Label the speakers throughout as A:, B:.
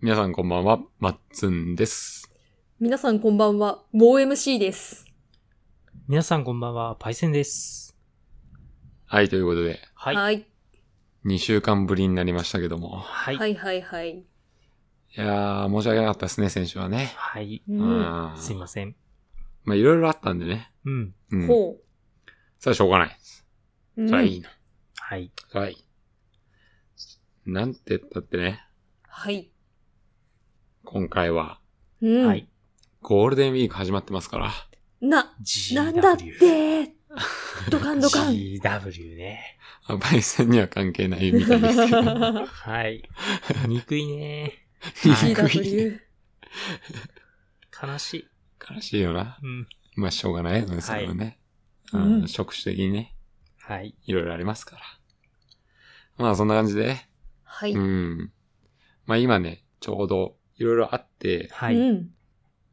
A: 皆さんこんばんは、まっつんです。
B: 皆さんこんばんは、モー MC です。
C: 皆さんこんばんは、パイセンです。
A: はい、ということで、
C: はい。はい。
B: はい。
A: 2週間ぶりになりましたけども。
C: はい。
B: はいはいはい。
A: いやー、申し訳なかったですね、先週はね。
B: うん
A: うん。
C: すいません。
A: まあ、いろいろあったんでね。
C: うん。
A: うん。
B: ほ
A: それはしょうがないです。
B: う。
A: それは
B: う
A: い
B: ん
A: いの。
C: はい。
A: それはいい。なんて言ったってね、
B: はい。
A: 今回は、
B: うん
C: はい。
A: ゴールデンウィーク始まってますから。
B: な、
C: GW。
B: なんだっ。てドカンドカン。
C: GW ね。
A: あ、パイセンには関係 ないみたいですけど。
C: はい。憎いね。
B: GW。
C: 悲しい。
A: 悲しいよな。
C: うん。
A: まあ、しょうがないですけどね。
B: はい
A: うん
B: うん
A: 職種的にね、
C: はい。
A: いろいろありますから。まあ、そんな感じで、
B: はい。
A: う。
B: うん
A: まあ今ね、ちょうどいろいろあって、
C: はい。
B: ん。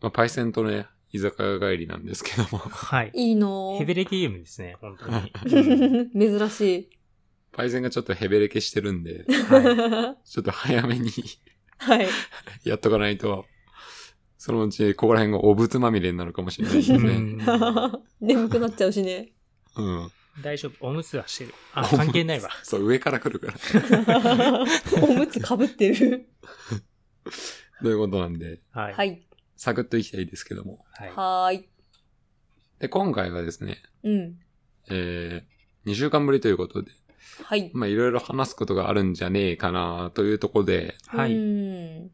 A: まあパイセンとね、居酒屋帰りなんですけども、
C: はい。
B: いいの
C: ヘベレゲームですね、本当 に。
B: 珍しい。
A: パイセンがちょっとヘベレケしてるんで、
C: はい。
A: ちょっと早めに
B: はい。
A: やっとかないと、そのうちここら辺がおぶつまみれになるかもしれないです
C: う
A: ね。
C: ん
B: 眠くなっちゃうしね。
A: うん。
C: 大丈夫。おむつはしてる。あ、関係ないわ。
A: そう、上から来るから。
B: おむつかぶってる。
A: ということなんで、
C: はい。
B: は
C: はい。
B: い。
A: サクッといきたいですけども。
B: はーい。
A: で、今回はですね、
B: うん。
A: えー、2週間ぶりということで、
B: はい。
A: まあいろいろ話すことがあるんじゃねえかなというところで、
C: は
B: う
C: い。
B: ん。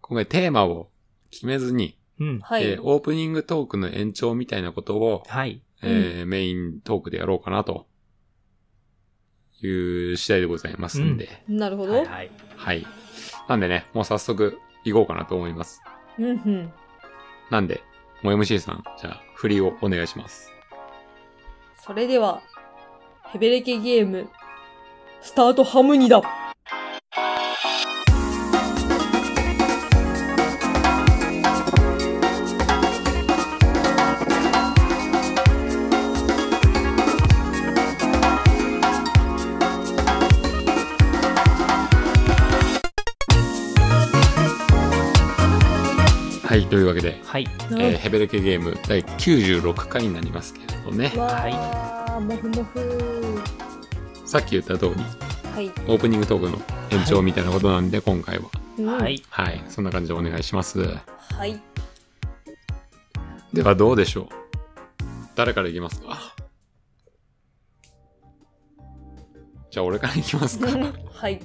A: 今回テーマを決めずに、
C: うん。
B: は
A: え
B: い
A: ー。オープニングトークの延長みたいなことを、
C: はい。
A: えーメイントークでやろうかなという次第でございますんで、
B: なるほ
C: は
B: ど
C: い。。はい。
A: はい。なんでね、もう早速行こうかなと思います。
B: うんうん。
A: なんで、もう MC さん、じゃあ、振りをお願いします。
B: それでは、ヘベレケゲーム、スタートハムニだ
A: はい、というわけで、
C: はい。
A: えーヘベレケゲーム第96回になりますけれどね、
B: わー、もふもふ
A: さっき言った通り、
B: はい。
A: オープニングトークの延長みたいなことなんで、今回は。
B: うん
C: はい。
A: はい、そんな感じでお願いします。
B: はい。
A: では、どうでしょう誰からいきますかじゃあ、俺からいきますか。
B: はい。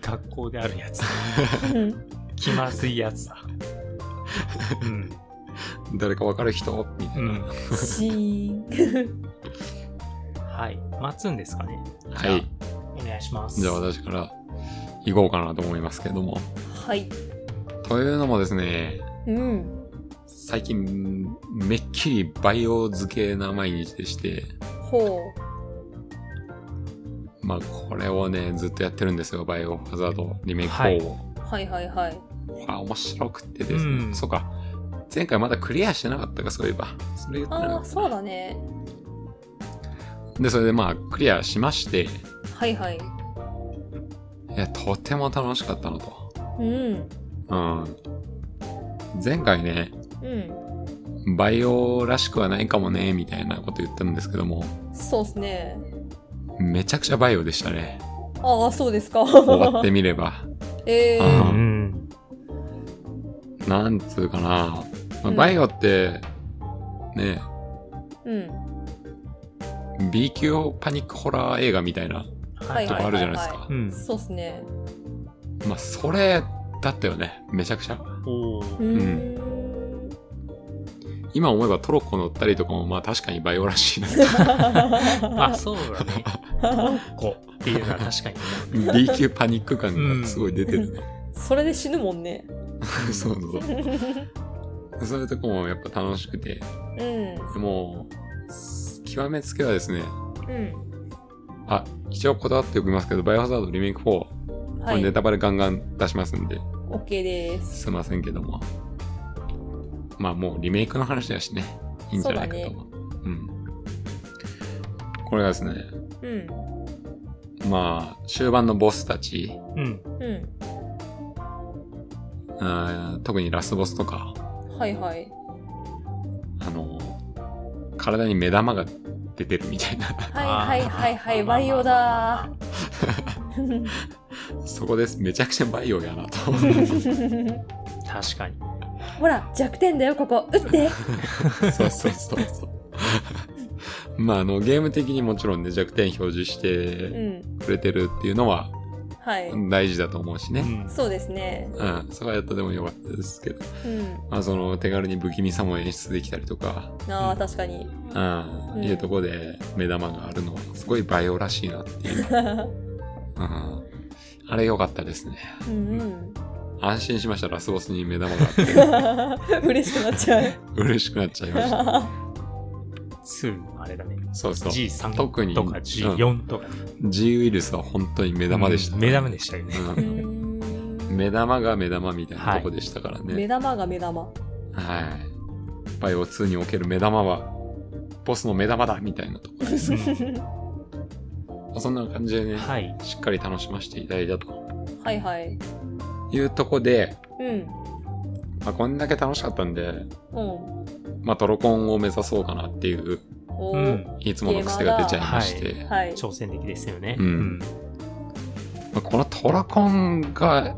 C: 学校であるやつ。
B: うん
C: 気まずいやつだ。うん。
A: 誰かわかる人みた
C: う
A: いな。
C: ん。
B: シーン。
C: はい。待つんですかね。
A: は
C: じゃ
A: い。
C: あ。お願いします。
A: じゃあ、私から行こうかなと思いますけども。
B: はい。
A: というのもですね、
B: うん。
A: 最近、めっきりバイオ漬けな毎日でして、
B: ほ
A: まあ、これをね、ずっとやってるんですよ。バイオハザードリメイク
C: はい
A: 4を。
B: う。はいはいはい。
A: これ面白くてですね。
C: うん
A: そうか。前回まだクリアしてなかったか、そういえば。それ言ってなか
B: あ
A: っ
B: ー、
A: た
B: そうだね。
A: で、それでまあ、クリアしまして、い
B: はいはい。
A: や、とても楽しかったのと。
B: うん。
A: うん。前回ね、
B: う
A: バイオらしくはないかもね、みたいなこと言ったんですけども、
B: ん。そうっすね。
A: めちゃくちゃバイオでしたね。
B: ああ、そうですか。
A: 終わってみれば。
B: え
A: う
C: う
B: ー。
C: ん。
A: なんつうかな。ま
B: う
A: あ、
B: ん
A: バイオって、ね、
B: うん。
A: B 級パニックホラー映画みたいな
C: は
A: とこあるじゃないですか
C: う。ん。
B: そうっすね。
A: まあ、それだったよね。めちゃくちゃ。
B: う
C: おー
B: ー
A: ん
B: ん。
A: 今思えばトロッコ乗ったりとかも、まあ確かにバイオら しいな。
C: あ、そうだ ね。こうっていうのは確かにね。
A: B 級パニック感がすごい出てるね。
B: それで死ぬもんね。
A: そうそうそう。そういうとこもやっぱ楽しくて、
B: うん。
A: もう、極めつけはですね、
B: うん。
A: あ、一応こだわっておきますけど、バイオハザードリメイク4、こ
B: は
A: れ
B: い。
A: ネタバレガンガン出しますんで、
B: OK です。
A: すいませんけども。まあもうリメイクの話だしね、いいんじゃないかと思う。うん。これがですね、
B: うん。
A: まあ、終盤のボスたち、
C: うん。
B: うん。
A: あー特にラスボスとか、
B: はいはい。
A: あの、体に目玉が出てるみたいな、
B: はいはいはいはい、バイオだー。
A: そこです。めちゃくちゃバイオやな と。そ
C: 確かに。
B: ほら、弱点だよ、ここ。打って。
A: うそうそうそう。まあ、あの、ゲーム的にもちろんね、弱点表示し
B: う
A: て
B: ん。
A: くれてるっていうのは
B: はい。
A: 大事だと思うし
C: う
A: ね。
C: ん。
B: そうですね。
A: うん。そこはやったでもよかったですけど。
B: うん。
A: まあ、その、手軽に不気味さも演出できたりとか、
B: ああ、確かに。
A: うん、
B: うん
A: いうとこで目玉があるのは、すごいバイオらしいなっていう。うん。あれ良かったですね。
B: うんうん。
A: 安心しました、ラスボスに目玉があって。
B: 嬉しくなっちゃう。
A: 嬉しくなっちゃいま した。
C: 2のあれだね。
A: そうそう。G,
C: G3
A: 特に
C: とか G4 とか、ね
A: ウイルスは本当に目玉でした、
C: うん目玉でしたよね。
A: う
B: うんん
A: 目玉が目玉みたいなとこでしたから
B: 目
A: ね。
B: 玉が目玉。
A: はい。バイオ2における目玉は、ボスの目玉だみたいなとこです。そんな感じでね、
C: はい。
A: しっかり楽しませていただいたと
B: はいはい。
A: いうとこで、
B: うん。
A: まあ、こんだけ楽しかったんで、
B: うん。
A: まあ、トロコンを目指そうかなっていう、
B: お
C: う
B: ー。
C: ん。
A: いつもの癖が出ちゃいまして、
B: はい。
C: 挑戦的ですよね。
A: うんまあこのトロコンが、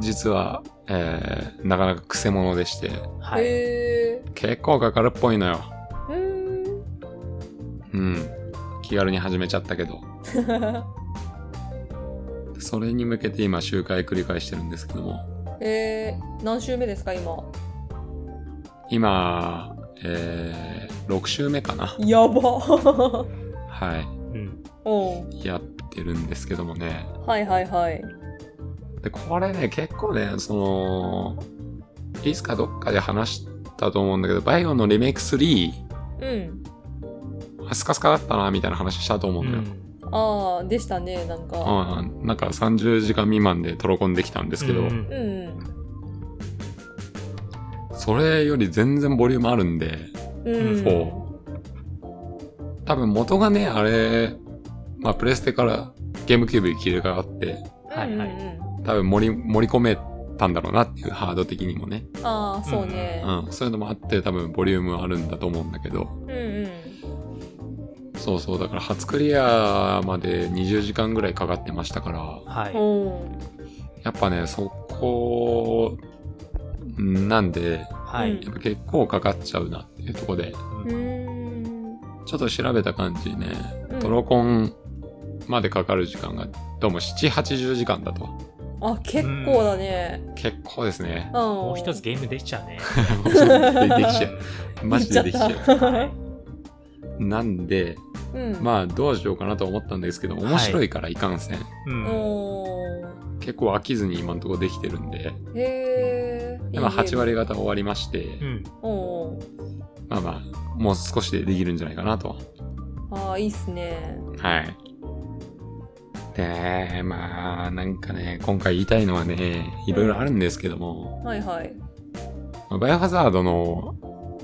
A: 実は、えー、なかなか癖者でして、
C: うんはい。
B: へー
A: 結構かかるっぽいのよ。
B: うーん。
A: うん。気軽に始めちゃったけど。それに向けて今周回繰り返してるんですけども。
B: えー、何週目ですか、今。
A: 今、えー、6週目かな。
B: や ば。
A: は
C: うん。
B: うん。
A: い。やってるんですけどもね。
B: はいはいはい。
A: で、これね、結構ね、その、いつかどっかで話したと思うんだけど、バイオのリメイク3、
B: うん。
A: スカスカだったな、みたいな話したと思う
C: うん
A: だよ。
C: ん。
B: ああ、でしたね、なんか。
A: うん、なんか30時間未満でトロコンできたんですけど、
B: うん。
A: それより全然ボリュームあるんで、
B: うん。
A: そ多分元がね、あれ、まあ、プレステからゲームキューブに切り替わって、
C: はいはい
B: うんうんうん
A: 多分盛り、盛り込めたんだろうなっていうハード的にもね。
B: ああ、そうね。
A: うん。そういうのもあって多分ボリュームあるんだと思うんだけど。
B: うんうん。
A: そうそう。だから初クリアまで20時間ぐらいかかってましたから、
C: はい。
B: お
A: やっぱね、そこ、なんで、
C: は
B: う
C: い
B: ん。
A: やっぱ結構かかっちゃうなっていうところで、
B: うーん。
A: ちょっと調べた感じね、
B: うん
A: トロコンまでかかる時間がどうも7、80時間だと。
B: あ、結構だね。
A: 結構ですね
B: うん。。
C: も
B: も
C: う一つ。ゲームできちゃうね。
A: できちゃう。マジでできちゃ
B: 言っ
A: う。
C: はい。
A: なんで、
B: うん。
A: まあどうしようかなと思ったんですけど、
C: い
A: 面白いからいかんせん。
C: うん。
B: お
A: 結構飽きずに今のところできてるんで、
B: ー。へえ。
A: 今8
B: いいゲーム。
A: 割方終わりまして、
C: うん。
B: おう
A: まあまあ、もう少しでできるんじゃないかなと。
B: おう。ああ、いいっすね。
A: はい。で、まあ、なんかね、今回言いたいのはね、いろいろあるんですけども、
B: はいはい。
A: まあバイオハザードの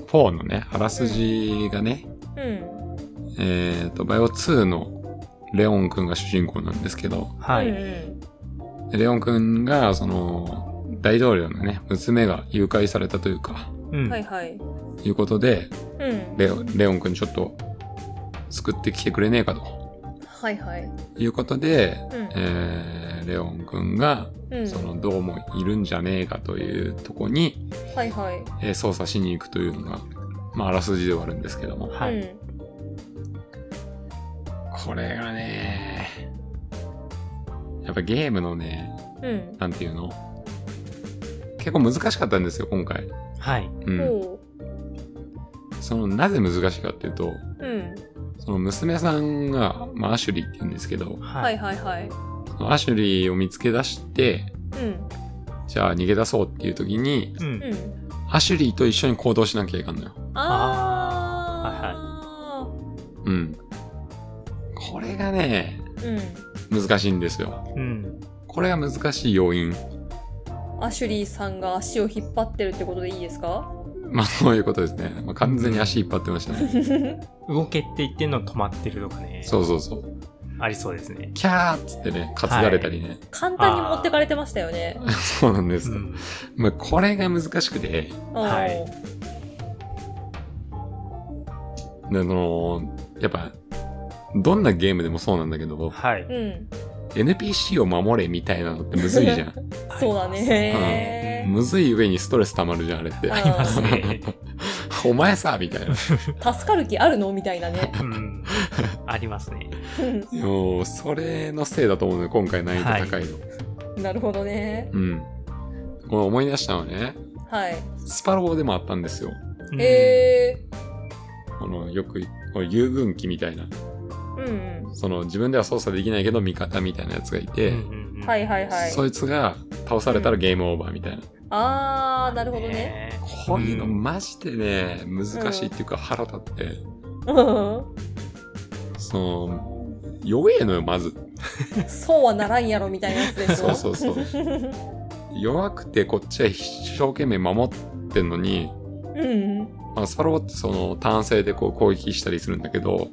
A: 4のね、あらすじがね、
B: うん。
A: えっ、と、バイオ2のレオンくんが主人公なんですけど、
C: は
B: うん
C: い。
B: うん
A: でレオンくんが、その、大統領のね、娘が誘拐されたというか、
C: うん
B: はいはい。
A: いうことで、
B: うん。
A: レオレオンくんちょっと、救ってきてくれねえかと
B: はいはい。
A: いうことで、
B: うん。
A: えー、レオンくんが、
B: うん
A: そのどうもいるんじゃねえかというとこに、
B: はいはい。
A: えー捜査しに行くというのが、まあ、あらすじではあるんですけども
C: は
B: う
C: い。
B: ん。
A: これがねやっぱゲームのね
B: うん。
A: なんていうの結構難しかったんですよ今回、
C: はい。
A: うん、
B: おう。
A: そのなぜ難しいかっていうと
B: うん。
A: その娘さんが、まあ、アシュリーって言うんですけど
C: は。
B: はいいはいはい。
A: そのアシュリーを見つけ出して
B: うん。
A: じゃあ逃げ出そうっていう時に
C: うん
B: う。ん。
A: アシュリーと一緒に行動しなきゃいかんのよ
B: あ
A: うんこれがね
B: あ。はいはい。う
A: 難しいんですよ
C: うん。
A: これが難しい要因。
B: ん。アシュリーさんが足を引っ張ってるってことでいいですか
A: まあ、そういうことですね。まあ、完全に足引っ張ってましたね。
B: うん
C: 動けって言ってんの止まってるとかね。
A: そうそうそう。
C: ありそうですね。
A: キャーっつってね、担がれたりね。
B: 簡単に持ってかれてましたよね。
A: そうなんです
C: う
A: よ。
C: ん。
A: まあ、これが難しくて、
C: は
B: うん
C: い
A: あのーやっぱ、どんなゲームでもそうなんだけど、
C: は
B: う
C: い。
B: ん。
A: NPC を守れみたいなのってむずいじゃん。
B: そうだ ね。
A: むずい上にストレス溜まるじゃん、あれって。
B: あ
C: ありますね。
A: お前さ、みたいな。
B: 助かる気あるのみたいなね。
C: うん。ありますね。
A: もう、それのせいだと思うね、今回難易度高いの。
B: なるほどね。
A: うん。これ思い出したのはね、
B: はい。
A: スパロボでもあったんですよ。
C: うん
B: え
A: この、よく、こう遊軍機みたいな。
B: ー。うん
A: その、自分では操作できないけど、味方みたいなやつがいて、
C: うんうんう
B: うんん。はいはいはい。
A: そいつが倒されたらゲームオーバーみたいな。
B: あー、なるほどね。
C: ね
A: こういうの
C: うん
A: マジでね、難しいっていうか腹立って、
B: うん
A: その、弱えのよ、まず。
B: そうはならんやろみたいなやつでし
A: そ
B: ょ。
A: う そうそう。弱くてこっちは一生懸命守ってんのに、
B: うん。うん。
A: まあ、スパロボってその単性でこう攻撃したりするんだけど、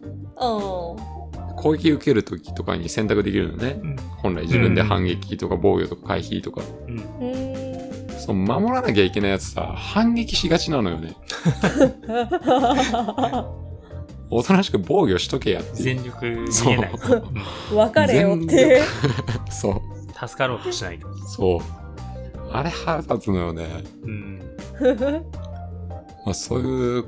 A: 攻撃受ける時とかに選択できるのね。
C: うん
A: 本来自分で反撃とか防御とか回避とか。
C: うん
B: う ーん。
A: その守らなきゃいけないやつさ、反撃しがちなのよね。おとなしく防御しとけやっていう。
C: 全力見えない。
A: そう
C: うん
B: 別れよって。
A: そう。
C: 助かろうとしないと。
A: そう。あれ腹立つのよね。
C: うん。
A: まあ、そういう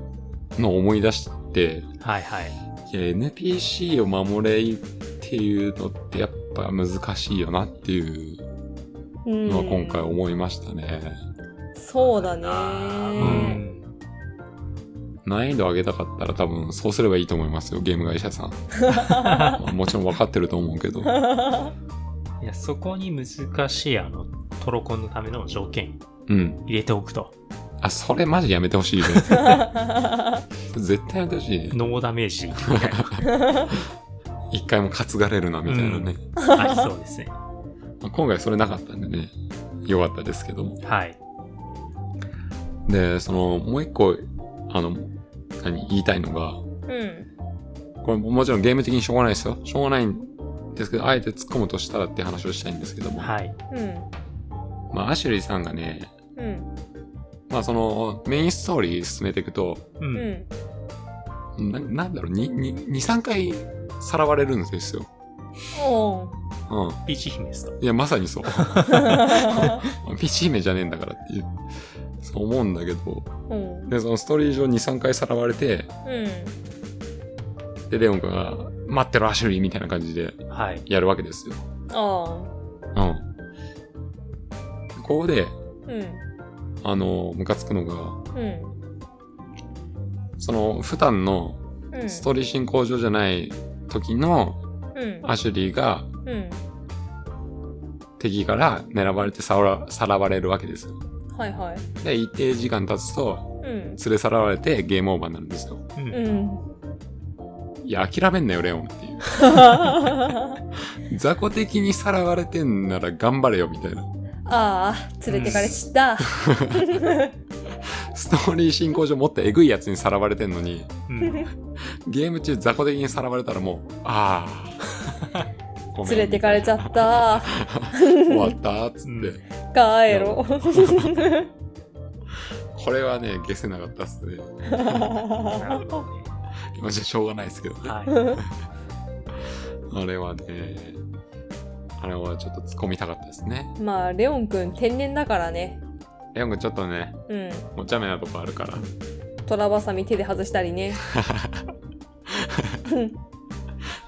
A: のを思い出して、
C: はいはい。
A: いや NPC を守れっていうのってやっぱ難しいよなっていう
B: うん
A: のは今回思いましたね。
B: そうだね。
C: うん。
A: 難易度上げたかったら多分そうすればいいと思いますよ、ゲーム会社 さん。まあもちろん分かってると思うけど。
C: いや、そこに難しい、あの、トロコンのための条件
A: うん。
C: 入れておくと。
A: あ、それマジやめてほしいね。 絶対やめてほしいね。
C: ノーダメージみたいな。
A: 一回も担がれるな、みたいなね。
C: ありそうですね。
A: まあ今回それなかったんでね、よかったですけども。
C: はい。
A: で、その、もう一個、あの、何、言いたいのが、
B: うん。
A: これももちろんゲーム的にしょうがないですよ。しょうがないんですけど、あえて突っ込むとしたらって話をしたいんですけども。
C: はい。
B: うん。
A: まあ、アシュリーさんがね、
B: うん。
A: まあその、メインストーリー進めていくと、
C: う。
B: うんん。
A: ななんだろう、に、に、2、3回さらわれるんですよ。
B: お
A: う
B: う
C: ピーチ姫ですと。
A: ん。いや、まさに そう。ピチ姫じゃねえんだからっていう。そう思うんだけど。
B: うん。
A: で、そのストーリー上2、3回さらわれて、
B: うん。
A: で、レオン君が、待ってろ、アシュリーみたいな感じで
C: はい。
A: やるわけですよ。
B: あ
A: うん。ここで、
B: あ。うん。
A: あの、ムカつくのが、
B: うん。
A: その、普段の
B: うん。
A: ストーリー進行上じゃない時の
B: うん。
A: アシュリーが
B: うん。
A: 敵から狙われてさらさらわれるわけですよ。
B: はいはい。
A: で、一定時間経つと、
B: うん。
A: 連れ去られてゲームオーバーになるんですよ。
C: う。
B: うん ん。
A: いや、諦めんなよ、レオンっていう。雑魚的にさらわれてんなら頑張れよ、みたいな。
B: ああ、連れてかれちった。
A: ストーリー進行上もっとエグいやつにさらわれてんのに、
C: うん。
A: ゲーム中雑魚的にさらわれたらもう、ああ。ごめん
B: 連れてかれちゃった。
A: 終わったっつって、
C: うん
B: 帰ろう。
A: これはね、ゲせなかったっすね。
C: なるほどね。
A: まあじゃあしょうがないですけどね。
C: は
A: あれはね、あれはちょっと突っ込みたかったですね。
B: まあ、レオンくん天然だからね。
A: レオン君ちょっとね、
B: うん。
A: お茶目なとこあるから。
B: トラバサミ手で外したりね。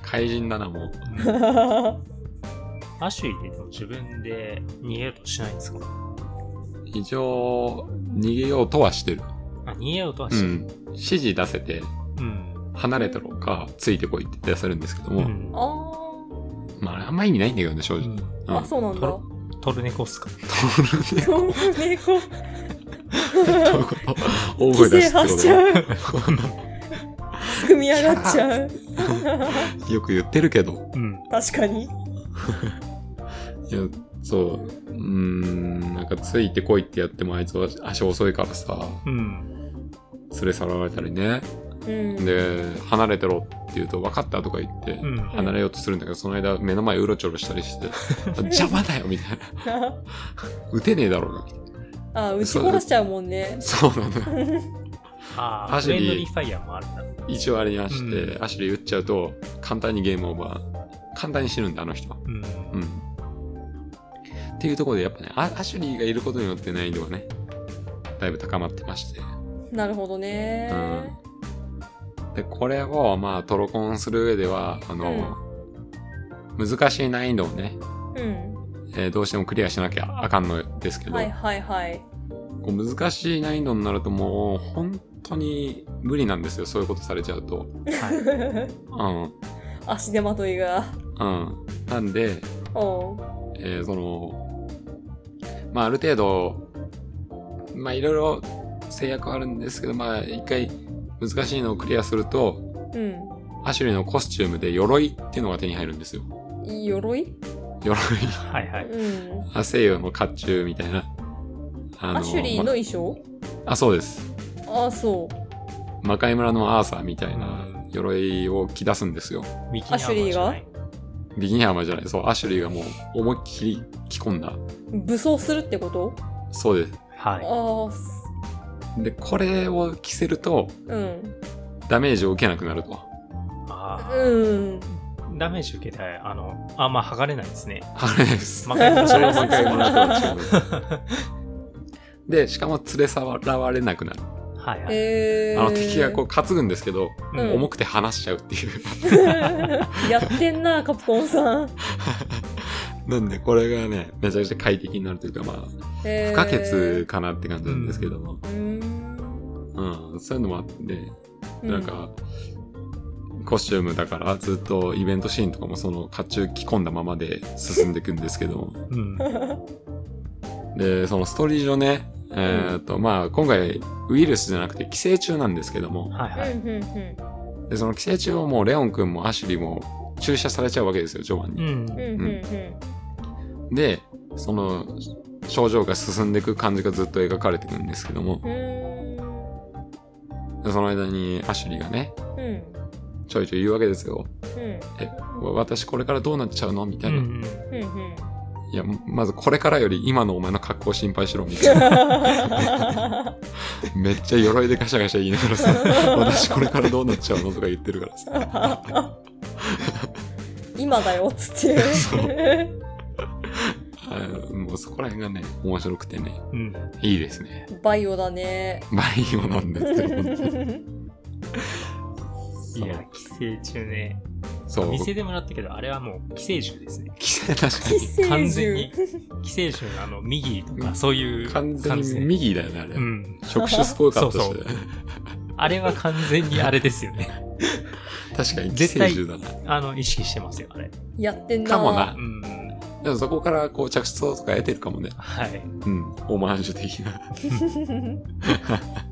A: 怪人だな、もう。
C: い。うんアシュリーってでも自分で逃げようとしないんですか
A: 一応、逃げようとはしてる。
C: あ、逃げようとは
A: う
C: しない。
A: ん。指示出せて、
C: うん。
A: 離れたろうか、ついてこいって出せるんですけど
C: う
A: も、
C: ん。
B: あー
A: まあ、あんま意味ないんだけどね、正
C: う
A: 直。
C: ん
A: うん
B: あ、そうなんだ。
C: トルネコっすか
B: トンネコ。
A: どういうこと 大声
B: 規
A: 出す
B: 制
A: って
B: 発
A: こ
B: しちゃう。すくみ上がっちゃう。
A: とよく言ってるけど。
C: うん。
B: 確かに。
A: いや、そう。うーん、なんかついてこいってやってもあいつは足遅いからさ、
C: うん。
A: 連れ去られたりね。
B: うん。
A: で、離れてろって言うと、分かったとか言って、
C: うん。
A: 離れようとするんだけど、その間目の前うろちょろしたりして、 邪魔だよみたいな。打てねえだろうな、みたい
B: あ、撃ち殺しちゃうもんね
A: な。。そうなんだよ。
C: あ
A: ア
C: あ、
A: シュ
C: フ
A: リー
C: レンドリーファイヤーもあるんだ。
A: 一応あれに走って、
C: う
A: アシュリー打っちゃうと、簡単にゲームオーバー。簡単に死ぬんだ、あの人は。
C: うん。
A: うん。っていうところで、やっぱね、アアシュリーがいることによって難易度はね、だいぶ高まってまして。
B: なるほどね。
A: で、これを、まあ、トロコンする上では、あの、難しい難易度をね、
B: うん。
A: えーどうしてもクリアしなきゃあかんのですけど、
B: はいはいはい。
A: こう難しい難易度になるともう本当に無理なんですよそういうことされちゃうと
C: はい。
A: うんう
B: 足手まといが。
A: んなんで、
B: おう
A: えーそのまあある程度まあいろいろ制約はあるんですけどまあ一回難しいのをクリアすると
B: うん。
A: アシュリーのコスチュームで鎧っていうのが手に入るんですよ
B: いい鎧
A: 鎧
C: はいはい。
B: うん。
A: あ西洋の甲冑みたいなあ
B: アシュリーの
A: ま
B: 衣装
A: あそうです
B: あ、そ
A: 魔界村のアーサーみたいな
C: うん
A: 鎧を着出すんですよ
C: ミキニハマじゃない。
A: ビギニアーマーじゃない、そう、アシュリーがもう思いっきり着込んだ。
B: う。武装するってこと
A: そうです。
B: あ
C: は
B: あ、す
A: で、これを着せると、
B: うん。
A: ダメージを受けなくなる と。
C: い。ああ。
B: うん。
C: ダメージ受けたい。あの、あんま剥がれないですね。
A: あれです。
C: 魔界村
A: それ
C: の
A: を
C: 魔
A: 毎回
C: 界
A: も
C: 村
A: らったで、しかも連れ去られなくなる。
C: はいはい。
B: えー、
A: あの敵がこう担ぐんですけど、
B: う
C: うん
B: ん
A: 重くて離しちゃうっていう。
B: やってんな、カプコンさん。
A: なんで、これがね、めちゃくちゃ快適になるというか、まあ、不
B: えー
A: 可欠。かなって感じなんですけども。
B: うーん。
A: うん、そういうのもあって、
B: う
A: なん、か、コスチュームだからずっとイベントシーンとかもその甲冑着込んだままで進んでいくんですけ ども
C: うん。
A: でそのストーリー上ねえーっとまあ今回ウイルスじゃなくて寄生虫なんですけども
C: はいはい。
B: うんうんうん
A: でその寄生虫をもうレオン君もアシュリーも注射されちゃうわけですよジョバン
C: う
A: に、
C: ん。
B: うんうん
A: でその症状が進んでいく感じがずっと描かれてるんですけども
B: うん。うー
A: でその間にアシュリーがね
B: ん。うん。
A: ちょいちょい言うわけですよ
B: うん。
A: えわ私これからどうなっちゃうのみた
C: う
A: い
C: ん
A: な、
C: うん。
B: うんうん。
A: いや、まずこれからより今のお前の格好を心配しろ、みた いな。めっちゃ鎧でガシャガシャ言いながらさ、私これからどうなっちゃうのとか言ってるからさ。
B: 今だよっつって。
A: あのもうそこら辺がね、面白くてね、
C: うん。
A: いいですね。
B: バイオだ ね。
A: バイオなんですよ、本当
C: い
A: に
C: や、寄生虫ね。
A: そう。
C: 店でもらったけど、あれはもう寄生虫ですね。
A: 着せ確か
B: 寄
A: に。
B: 生獣
C: 完全に。寄生虫のあの、右とか、そうい う
A: 完全に
C: 右
A: 右だよね、あれ。
C: うん。
A: 触手すごかったし
C: そうそうあれは完全にあれですよ ね。
A: 確かに寄
C: 絶
A: 生
C: 対
A: 獣だな。
C: あの、意識してますよ、あれ。
B: やってんな。
A: かもな
C: う。ん。
A: でもそこからこう着想とか得てるかもね。
C: はい。
A: うん。オマージュ的な。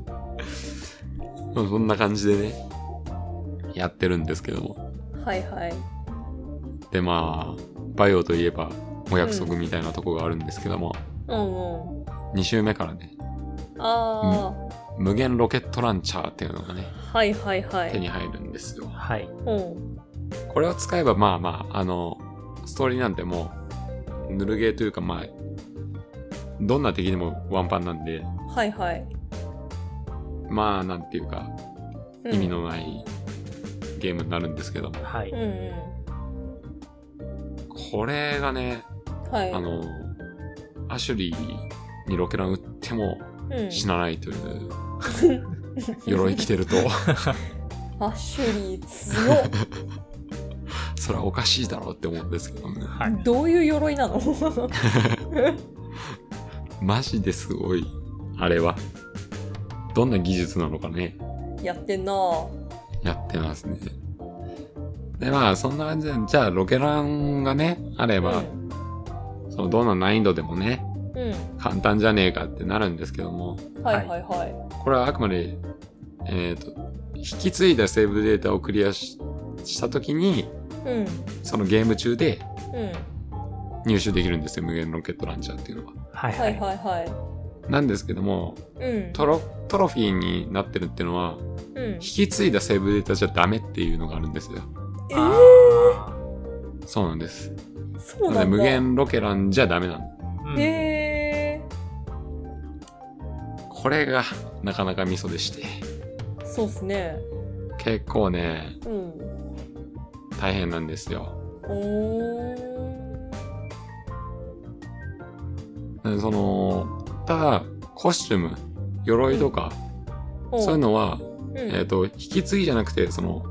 A: うんそんな感じでね、やってるんですけども。
B: はいはい。
A: でまあバイオといえばお約束みたいなとこがあるんですけども、
B: うんうん。
A: 2周目からね
B: あ
A: 無限ロケットランチャーっていうのがね
B: あ、はいはいは
A: 手
B: い。
A: に入るんですよ
C: はい。
B: うん。
A: これを使えばまあまああのストーリーなんてもうぬるゲーというかまあどんな敵でもワンパンなんで
B: はいはい。
A: まあなんていうか
B: うん
A: 意味。のないゲームになるんですけども、
C: はい
B: うん。う
A: これがね
B: ん。はい。
A: あのアシュリーにロケラン打っても
B: うん、
A: 死なないとい う鎧着てると
B: アシュリー 強っ。
A: それはおかしいだろうって思うんですけどね。
C: はい。
B: どういう鎧なの
A: マジですごい。あれは。どんな技術なのかね。
B: やってんなぁ。
A: やってますね。で、まあ、そんな感じで、じゃあ、ロケランがね、あれば、
B: うん
A: その、どんな難易度でもね、
B: う
A: 簡単じゃねえかってなるんですけども、
B: ん。はいはいはい。
A: これはあくまで、えっ、と、引き継いだセーブデータをクリアししたときに、
B: うん。
A: そのゲーム中で
B: うん。
A: 入手できるんですよ、無限ロケットランチャーっていうのは。
C: はい
B: は
C: はいい。
B: はいはい。
A: なんですけども、
B: うん。
A: トロ、トロフィーになってるっていうのは、
B: うん
A: 引。き継いだセーブデータじゃダメっていうのがあるんですよ。
B: え
C: あ
A: そうなんです。
B: ー、そう
A: なの
B: な
A: で、
B: んだ。
A: 無限ロケランじゃダメなの。
C: ーうん
B: へ
A: これが、なかなかミソでして。
B: ー。そうっすね。
A: 結構ね、
B: うん。
A: 大変なんですよ。
B: お
A: でその、ただ、コスチューム、鎧とか、
B: ー。
A: そういうのは、
B: うん。
A: えっ、と、引き継ぎじゃなくて、その、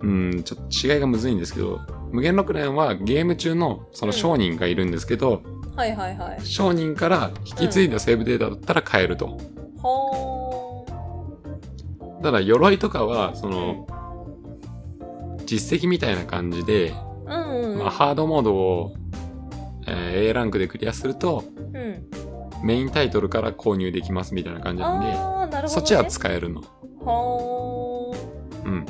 A: うん、ちょっと違いがむずいんですけど、無限六連はゲーム中のその商人がいるんですけど、
B: はいはいはい。
A: 商人から引き継いだセーブデータだったら買えると。
B: はー。
A: ただ、鎧とかは、そうの
B: ん、
A: 実績みたいな感じで、
B: うんうん。
A: まあ、ハードモードを、えー A ランクでクリアすると、
B: うん。
A: メインタイトルから購入できますみたいな感じなんで、
B: あー、なるほど、ね。
A: そっちは使えるの。
B: はー。
A: うん。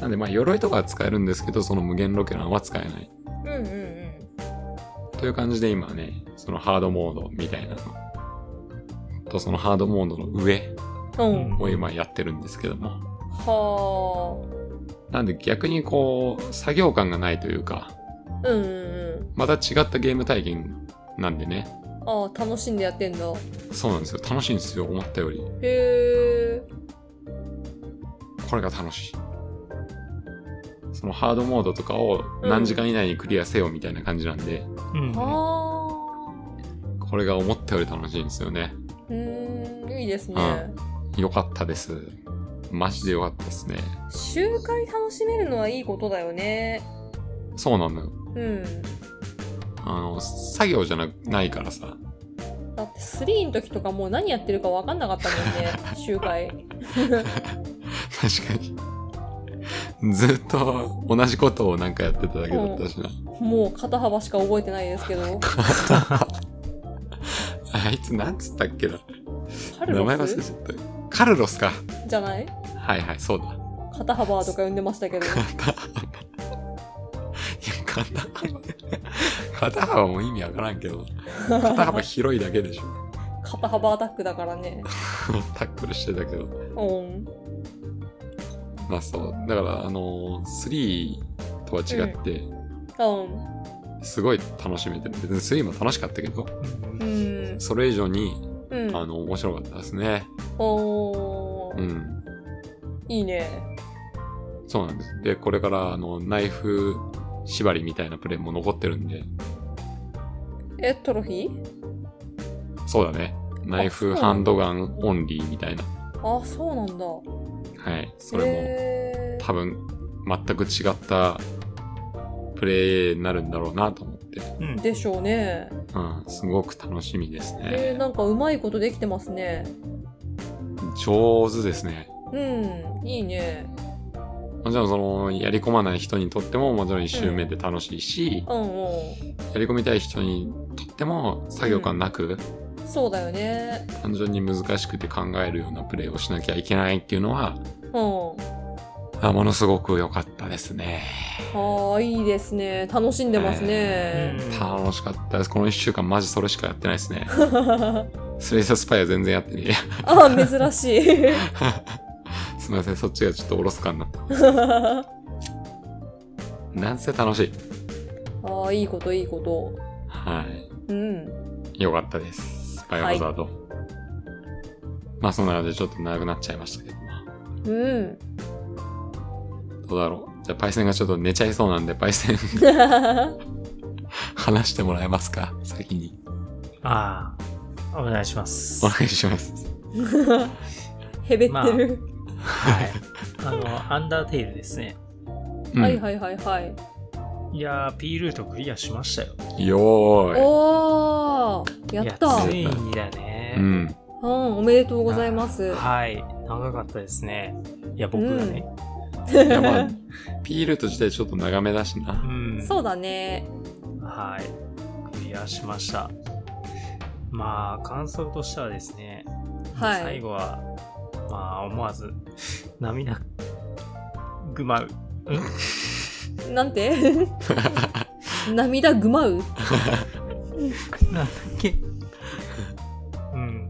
A: なんで、まあ、鎧とかは使えるんですけど、その無限ロケランは使えない。
B: うんうんうん。
A: という感じで今ね、そのハードモードみたいなのと、そのハードモードの上
B: うん。
A: を今やってるんですけども。
B: は
A: なんで逆にこう、作業感がないというか、
B: ー。うんうんうん。
A: また違ったゲーム体験なんでね。
B: あー、楽しんでやってんだ。へ
A: そうなんですよ。楽しいんですよ。思ったより。
B: え。
A: これが楽しい。そのハードモードとかを何時間以内にクリアせよみたいな感じなんで、
C: うん
B: は
A: これが思ったより楽しいんですよね。
B: ー。うーん、いいですね。
A: よかったです。マジでよかったですね。
B: 周回楽しめるのはいいことだよね。
A: そうなのよ。
B: うん。
A: あの、作業じゃなないからさ。
B: だって3の時とかもう何やってるか分かんなかったもんね、周回。
A: 確かに。ずっと同じことをなんかやってただけだったしな。
B: もう肩幅しか覚えてないで すけど。
A: あいつなんつったっけな。
B: カル
A: 名前
B: ロ
A: 忘れ
B: ス
A: ちゃった。カルロスか。
B: じゃない
A: はいはい、そうだ。
B: 肩幅とか呼んでまし たけど。
A: いや、肩幅。 肩幅も意味わからんけど。肩幅広いだけでしょ。
B: 肩幅アタックだからね。
A: タックルしてたけど。
B: うん。
A: まあそう。だから、あのー、3とは違って、
B: うん。
A: すごい楽しめてる。別に3も楽しかったけど、
C: うん
B: うん。
A: それ以上に、
B: う
A: あ
B: ん。
A: の、面白かったですね。
B: お
A: う
B: ー。
A: ん。
B: いいね。
A: そうなんです。で、これから、あの、ナイフ縛りみたいなプレイも残ってるんで、
B: え、トロフィー
A: そうだね。ナイフ
B: あそう
A: ハンドガンオンリーみたいな。
B: あ、そうなんだ。
A: はい。それ
B: へ
A: も、
B: ー
A: 多分、全く違ったプレイになるんだろうなと思って、
C: うん
B: でしょうね。
A: うん、すごく楽しみです
B: えー、
A: ね。
B: なんかうまいことできてますね。
A: 上手ですね。
B: うん、いいね。
A: もちろん、その、やり込まない人にとっても、もちろん一周目で楽しいし、
B: うんう
A: やり込みたい人にとっても、作業感なく、
B: ん。そうだよね。
A: 単純に難しくて考えるようなプレイをしなきゃいけないっていうのは、
B: うん。
A: あものすごく良かったですね。
B: ああ、いいですね。楽しんでますね。
A: 楽しかったです。この1週間マジそれしかやってないですね。 スレイサースパイは全然やってねえや。
B: ああ、珍しい。
A: すみません、そっちがちょっとおろすかになった。なんせ楽しい。
B: ああ、いいこと、いいこと。
A: は
B: うん。
A: い。よかったです。スパイオハザード。まあそんな感じでちょっと長くなっちゃいましたけど。
B: うん。
A: どうだろう。じゃあパイセンがちょっと寝ちゃいそうなんで、パイセン話してもらえますか先に。
C: ああ、お願いします
A: お。願いします。
B: へべってる。
C: はい。あの、アンダーテイルですね。
A: うん
B: はいはいはいはい。
C: いやー、P ルートクリアしましたよ。
A: よーい。
B: おー、やった。
C: いや
B: う
C: つ
B: ん、
C: いにだね。
A: うん。
B: おめでとうございます。
C: はい。長かったですね。いや、僕がね。
A: いやまあ、ピールと自体ちょっと長めだしな
C: う。ん。
B: そうだね。
C: はい。クリアしました。まあ、感想としてはですね、
B: はい
C: 最後は、まあ、思わず、涙ぐまう。
B: なんて 涙ぐまう
C: なんだっけ。うん。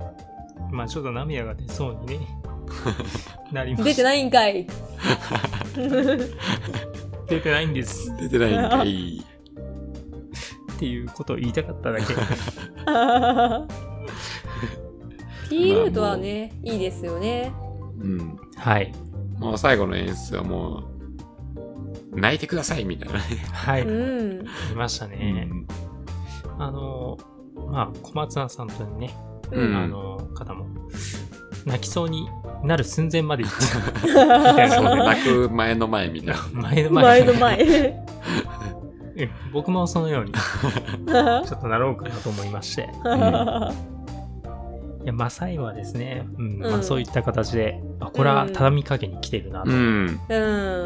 C: まあちょっと涙が出そう にねなりました
B: 出てないんかい
C: 出てないんです
A: 出てないんかい。
C: っていうことを言いたかっただ け
B: P ルートはね、いいですよね。
A: うん。
C: はい
A: もう最後の演出はもう、泣いてくださいみたいなね。
C: はいう あ
B: ん。
C: りましたね、あのまあ小松菜さんとね、
A: う
C: あ
A: ん。
C: の方も泣きそうになる寸前まで行っちゃう
A: そうね、
B: 前
A: 泣く前の前みたい な。
C: 前の前
B: の前。
C: うん僕もそのようにちょっとなろうかなと思いましていやまあ最後はですね、うんま
B: う
C: あ、
B: ん
C: そういった形で、あこれは畳みかけに来てるな
A: うん。
B: うん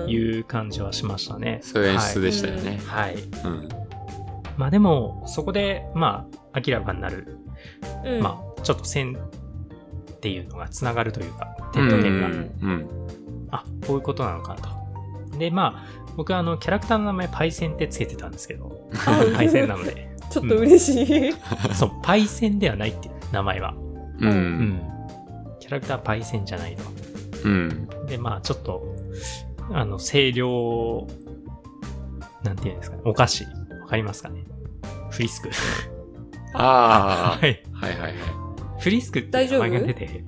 C: と。いう感じはしましたね、
A: そういう演出でしたよね。
C: はい、はい
A: うん。
C: まあでもそこでまあ明らかになる、
B: うん
C: まあちょっと線っていうのがつながるというか
A: う
C: 点
A: ん。
C: と
A: う
C: 点が、
A: んうん。
C: あこういうことなのかとでまあ僕はあのキャラクターの名前パイセンってつけてたんですけど
B: あ
C: パイセンなので
B: ちょっと嬉しい。
C: そうパイセンではないっていう名前は、
A: う。
C: うんん、キャラクターパイセンじゃないと
A: うん。
C: で、まあ、ちょっと、あの、清涼、なんていうんですかね、お菓子、わかりますかね。フリスク。
A: あ
C: はい。
A: あ。はいはいはい。
C: フリスクって
B: 大
C: 名
B: 丈夫
C: 前が出て、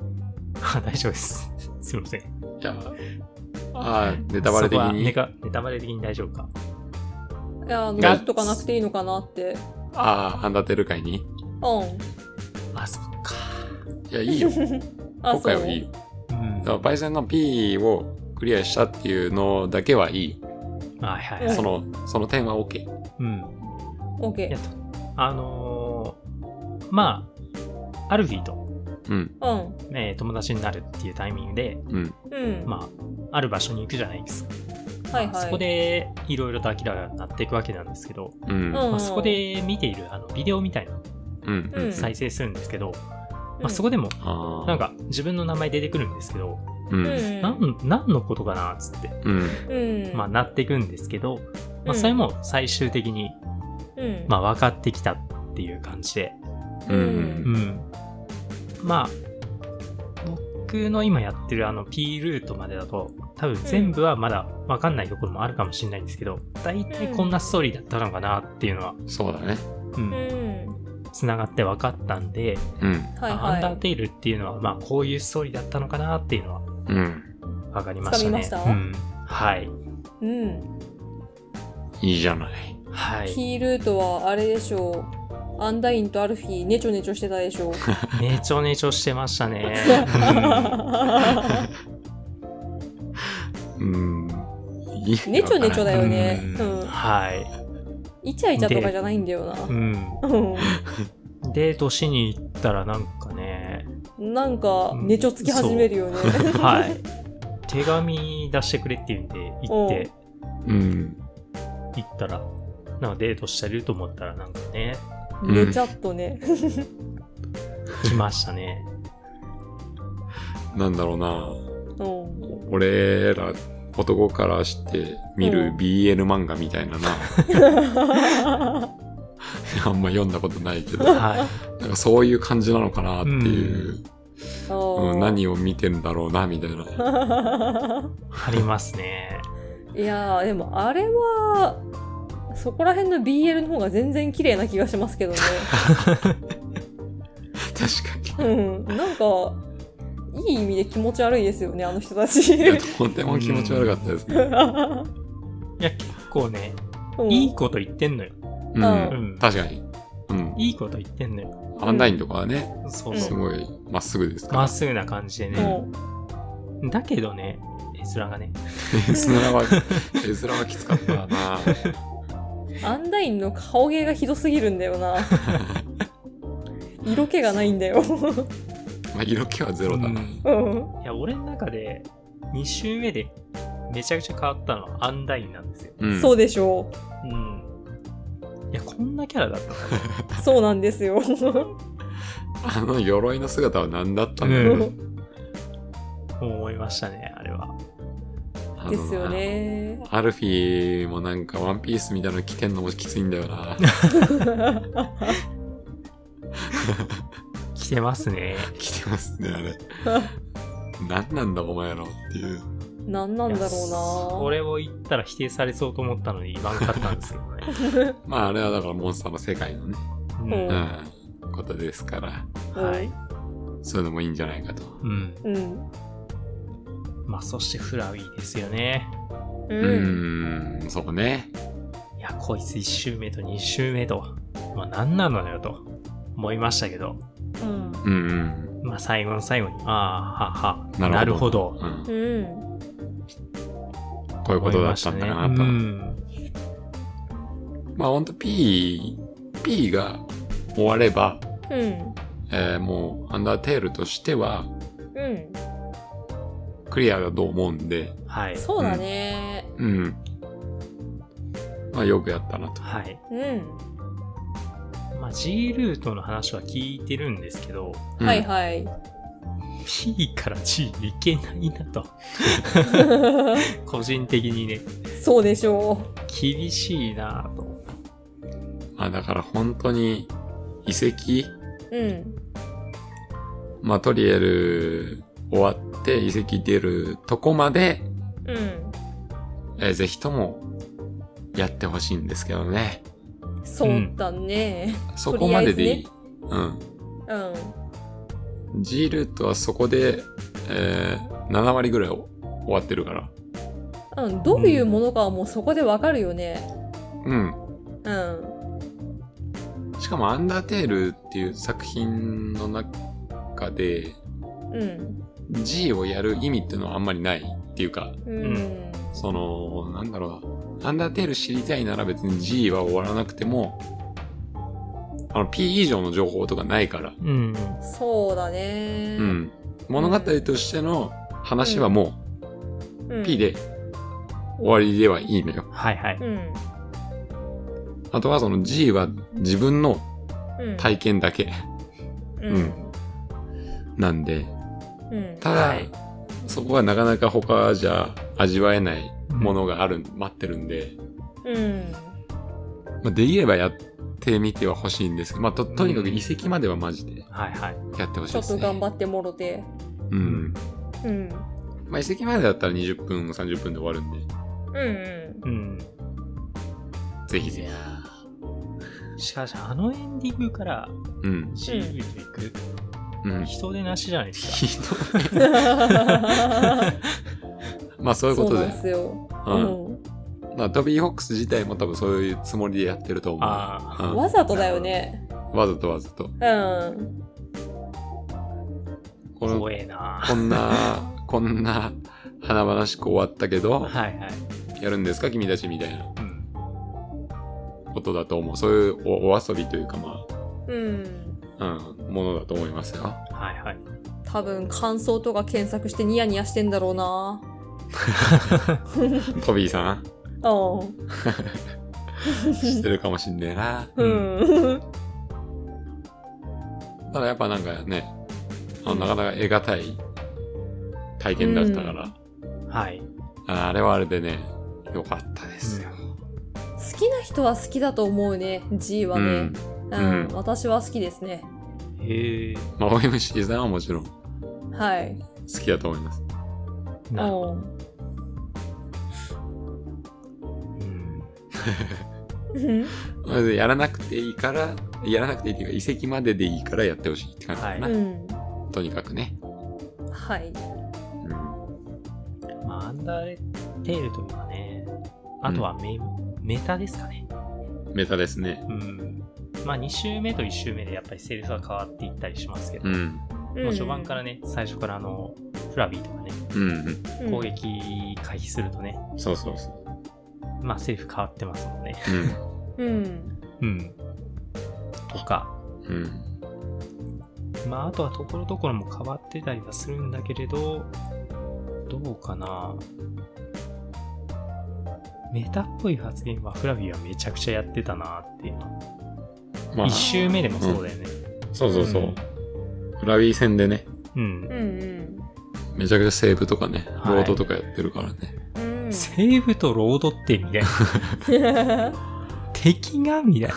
C: あ、大丈夫です。 すいません。
A: いや、ああ、ネタバレ的
C: そこはネ
A: に。
C: タネタバレ的に大丈夫か。
B: いや、あの、
A: ガッ
B: っとかなくていいのかなって。
A: ああ、アンダーテル会に。
B: うん。
C: あ、そっか。
A: いや、いいよ。
B: あ、
A: 今回はいいよ。
C: うん。
A: だから、パイセンの P をクリアしたっていうのだけはいい。
C: はいはいはい。
A: その、その点は OK。
C: うん。
B: オッ
C: い
B: ケ
C: やと、あのーまあ、アルフィーと、
A: うん。
B: ー。うん。
C: えー友達になるっていうタイミングで、
A: うん。
B: うん。
C: まあ、ある場所に行くじゃないですか。
B: はいはい。
C: そこで、いろいろと明らかになっていくわけなんですけど、
A: うん。
B: うん
C: まあ、そこで見ているあのビデオみたいなのを
A: うん。
B: うん
C: 再生するんですけど、
B: うん、
C: まあ、そこでも
A: ああ。
C: なん、か自分の名前出てくるんですけど、
A: う。
B: うんん。
C: なん、何のことかなっつって、
A: うん。
B: うん。
C: まあ、なっていくんですけど、ま
B: う
C: あ、
B: ん
C: それも最終的に、
B: うん。
C: まあ、分かってきたっていう感じで、
A: う。
C: うんん、まあ僕の今やってるあの P ルートまでだと多分全部はまだ分かんないところもあるかもしれないんですけど大体こんなストーリーだったのかなっていうのは、
A: そうだね。
B: う
C: う、
B: んん。
C: つながって分かったんで、
A: うん。
B: はい
C: アンダー
B: は
C: テイルっていうのは、まあ、こういうストーリーだったのかなっていうのは
A: うん。
C: 分かりましたね。
B: つかみました
C: うん。はい。
B: い。うん。
A: いいじゃない。
C: はい。
B: キールートはあれでしょう。アンダインとアルフィー、ネチョネチョしてたでし ょう。
C: ねちょねちょしてました ね。
A: うん。いいのかな
B: ネチョネチョだよね。
A: う
B: うんん
C: うん。。はい。
B: イチャイチャとかじゃないんだよ
C: うん。
B: な。うん。
C: で、年に行ったらなんかね、
B: なんか、
C: うん
B: ネチョつき始めるよね。
C: はい。手紙出してくれって言うんで、行って、
A: うん。
C: 行ったら、なんかデートしてると思ったらなんか ね、
A: ん
B: ネチャっとね。
C: 来ましたね。
A: なんだろうな。
B: うん。
A: 俺ら男からして見る
B: うん
A: BL 漫画みたいな な。あんま読んだことないけど、なん
C: は
A: かそういう感じなのかなっていう。
B: う
A: うん、何を見てんだろうな、みたいな。
C: い。ありますね。
B: いやーでもあれはそこら辺の BL の方が全然綺麗な気がしますけどね、
A: 確かに。
B: うん、なんかいい意味で気持ち悪いですよねあの人たち
A: いやとても気持ち悪かったですね。
C: いや、結構ね、
B: うん
C: いいこと言ってんのよ。
A: うん。
B: うん
C: うん。
A: 確かに。うん。
C: いいこと言ってんのよ。
A: アンダインとかはね、
C: そう
B: うん
C: そ
A: す
C: う。
A: ごいまっすぐです
C: ま
A: か
C: っすぐな感じで
B: う
C: ね。
B: ん
C: だけどね、絵面がね。
A: ら。絵面は、絵面はきつかったな。
B: アンダインの顔芸がひどすぎるんだよな色気がないんだよ、
A: まあ、色気はゼロだ
C: う
A: な。
C: ん
B: うん、
C: いや、俺の中で、2周目でめちゃくちゃ変わったのはアンダインなんですよ。
A: うん。
B: そうでしょ
C: うん。いや、こんなキャラだったの
B: うそうなんですよ
A: あの鎧の姿は何だったんだ
C: う
A: ろう。
B: ん
C: と 思いましたね、あれは。
A: あの
B: ですよ。 ね
A: アルフィーもなんかワンピースみたいなの着てんのもきついんだよな。
C: き来てますね。
A: 来てますね、あれ。何なんだお前らっていう。
B: 何なんだろうな
C: いやそれを言ったら否定されそうと思ったのに言わんかったんですけど ね。
A: まああれはだからモンスターの世界のね、
B: うん
A: うん、ことですから、
C: うんはい。
A: そういうのもいいんじゃないかと。
C: うん。
B: うん
C: まあ、そしてフラウィーですよね。
A: う
B: うん
A: ーん、そうね。
C: いや、こいつ1周目と2周目と、まあ、何なのよと思いましたけど、
B: うん
A: うんうん。
C: まあ、最後の最後に、ああ、はあはあ、
A: な
C: な
A: る
C: る
A: ほ
C: ほ
A: ど
C: ど。
A: うん、
B: うん
A: こういうことだったんだな
C: 思いました
A: と。
C: ね
A: まあほんと P、P が終われば、
B: うん
A: えーもうアンダーテールとしては
B: うん
A: クリアだと思うんで、
C: うん。はい。
B: そうだね
A: うん。まあよくやったなと。
C: はい。
B: うん
C: まあ、G ルートの話は聞いてるんですけど、
A: うん
B: はいはい
C: P から G いけないなと、個人的にね、
B: そうでしょ
C: 厳しいなと。
A: まあだから本当に遺跡、
B: ううん
A: まあトリエル終わって遺跡出るとこまで、
B: うん
A: えーぜひともやってほしいんですけどね。
B: そうだね
A: そこまででいい。
B: とり
A: うん。
B: うん
A: G ルートはそこで、えー7割ぐらいを終わってるから。
B: うん、どういうものかはもうそこでわかるよね。
A: うん。
B: うん。
A: しかも、アンダーテールっていう作品の中で、
B: うん。
A: G をやる意味っていうのはあんまりないっていうか、
B: う。
C: うん
A: その、なんだろうな。アンダーテール知りたいなら別に G は終わらなくても、あの、P 以上の情報とかないから、
C: うん。
B: そうだね。
A: う。ん。物語としての話はもう P。で終わりではいいのよ。
C: はいはい。
B: うん。
A: あとはその G は自分の
B: うん。
A: 体験だけ
B: うん。
A: なんで、
B: うん。
A: ただ、
C: はい
A: そこはなかなか他じゃ味わえないものがある、待ってるんで、
B: うん。
A: まあ、できればやってみてはほしいんですけど、まあ、と、とにかく遺跡まではマジで
C: はいはい。
A: やってほしい
B: ち
A: で
B: ょっ
A: す
B: と
A: ね。
B: 頑張ってもろて。
A: うん。
B: うん。
A: まあ、遺跡までだったら20分、30分で終わるんで、
B: うん。
C: うん。
A: ぜひぜひ。
C: しかし、あのエンディングから
A: うん。
C: G ルート行く、
A: うん。
C: 人でなしじゃないです か。
A: まあ、そういう
B: そ
A: こ
B: う
A: と
B: な
A: で
B: ん。すよ。う
A: うん。
B: ん。
A: まあ、トビー・ホックス自体も多分そういうつもりでやってると思う。
C: あ
A: うん
B: わざとだよね。
A: わざとわざと。
B: うん。
C: あ、
A: この
C: 怖えな。
A: こんな、こんな、華々しく終わったけど、
C: はいはい。
A: やるんですか君たちみたいな
C: うん。
A: ことだと思う。そういうおお遊びというか、ま
B: うん。
A: あ、うん、ものだと思います よ。
C: はいはい。
B: 多分感想とか検索してニヤニヤしてんだろうな。
A: トビーさん、
B: う
A: 知ってるかもしんねえな。
B: ん。 うん。
A: ただやっぱなんかね、あの
B: うん
A: なかなか得難い体験だったから、
C: はい。
A: ああれはあれでね、よかったですよ。
B: 好きな人は好きだと思うね G は
A: う
B: ね
A: ん、。
B: うん
A: うん
B: 私は好きですね
C: へえ。
A: まあ、OMC さんはもちろん好
B: はい
A: きだと思います。
C: なるほど。
B: うん
C: うん。
B: うん
A: それでやらなくていいから、やらなくていいっていうか、遺跡まででいいからやってほしいって感じかな。
C: は
B: うん
A: とにかくね。
B: はい
A: うん
C: まあ、アンダーテールというかね、あとはメ,、メタですかね。
A: メタですね。
C: うん。まあ、2周目と1周目でやっぱりセリフは変わっていったりしますけど、
A: う
C: も
A: ん。
B: う
C: う序盤からね、最初からあの、フラビーとかね、
A: うん。
B: うん
C: 攻撃回避するとね、
A: そうそうそ
C: まあ、セリフ変わってますもんね。
A: う。
B: うん
C: うん。とか、
A: うん。 うん。
C: まあ、あとはところどころも変わってたりはするんだけれど、どうかな。メタっぽい発言はフラビーはめちゃくちゃやってたなっていうのは。
A: まあ
C: 1、周目でもそうだよね。
A: そうそうそう。フラビー戦でね、
C: うん。
B: うんうん
A: めちゃくちゃセーブとかね、
C: はい
A: ロードとかやってるからね。
B: うん
C: セーブとロードってみたいな。 敵がみたいな。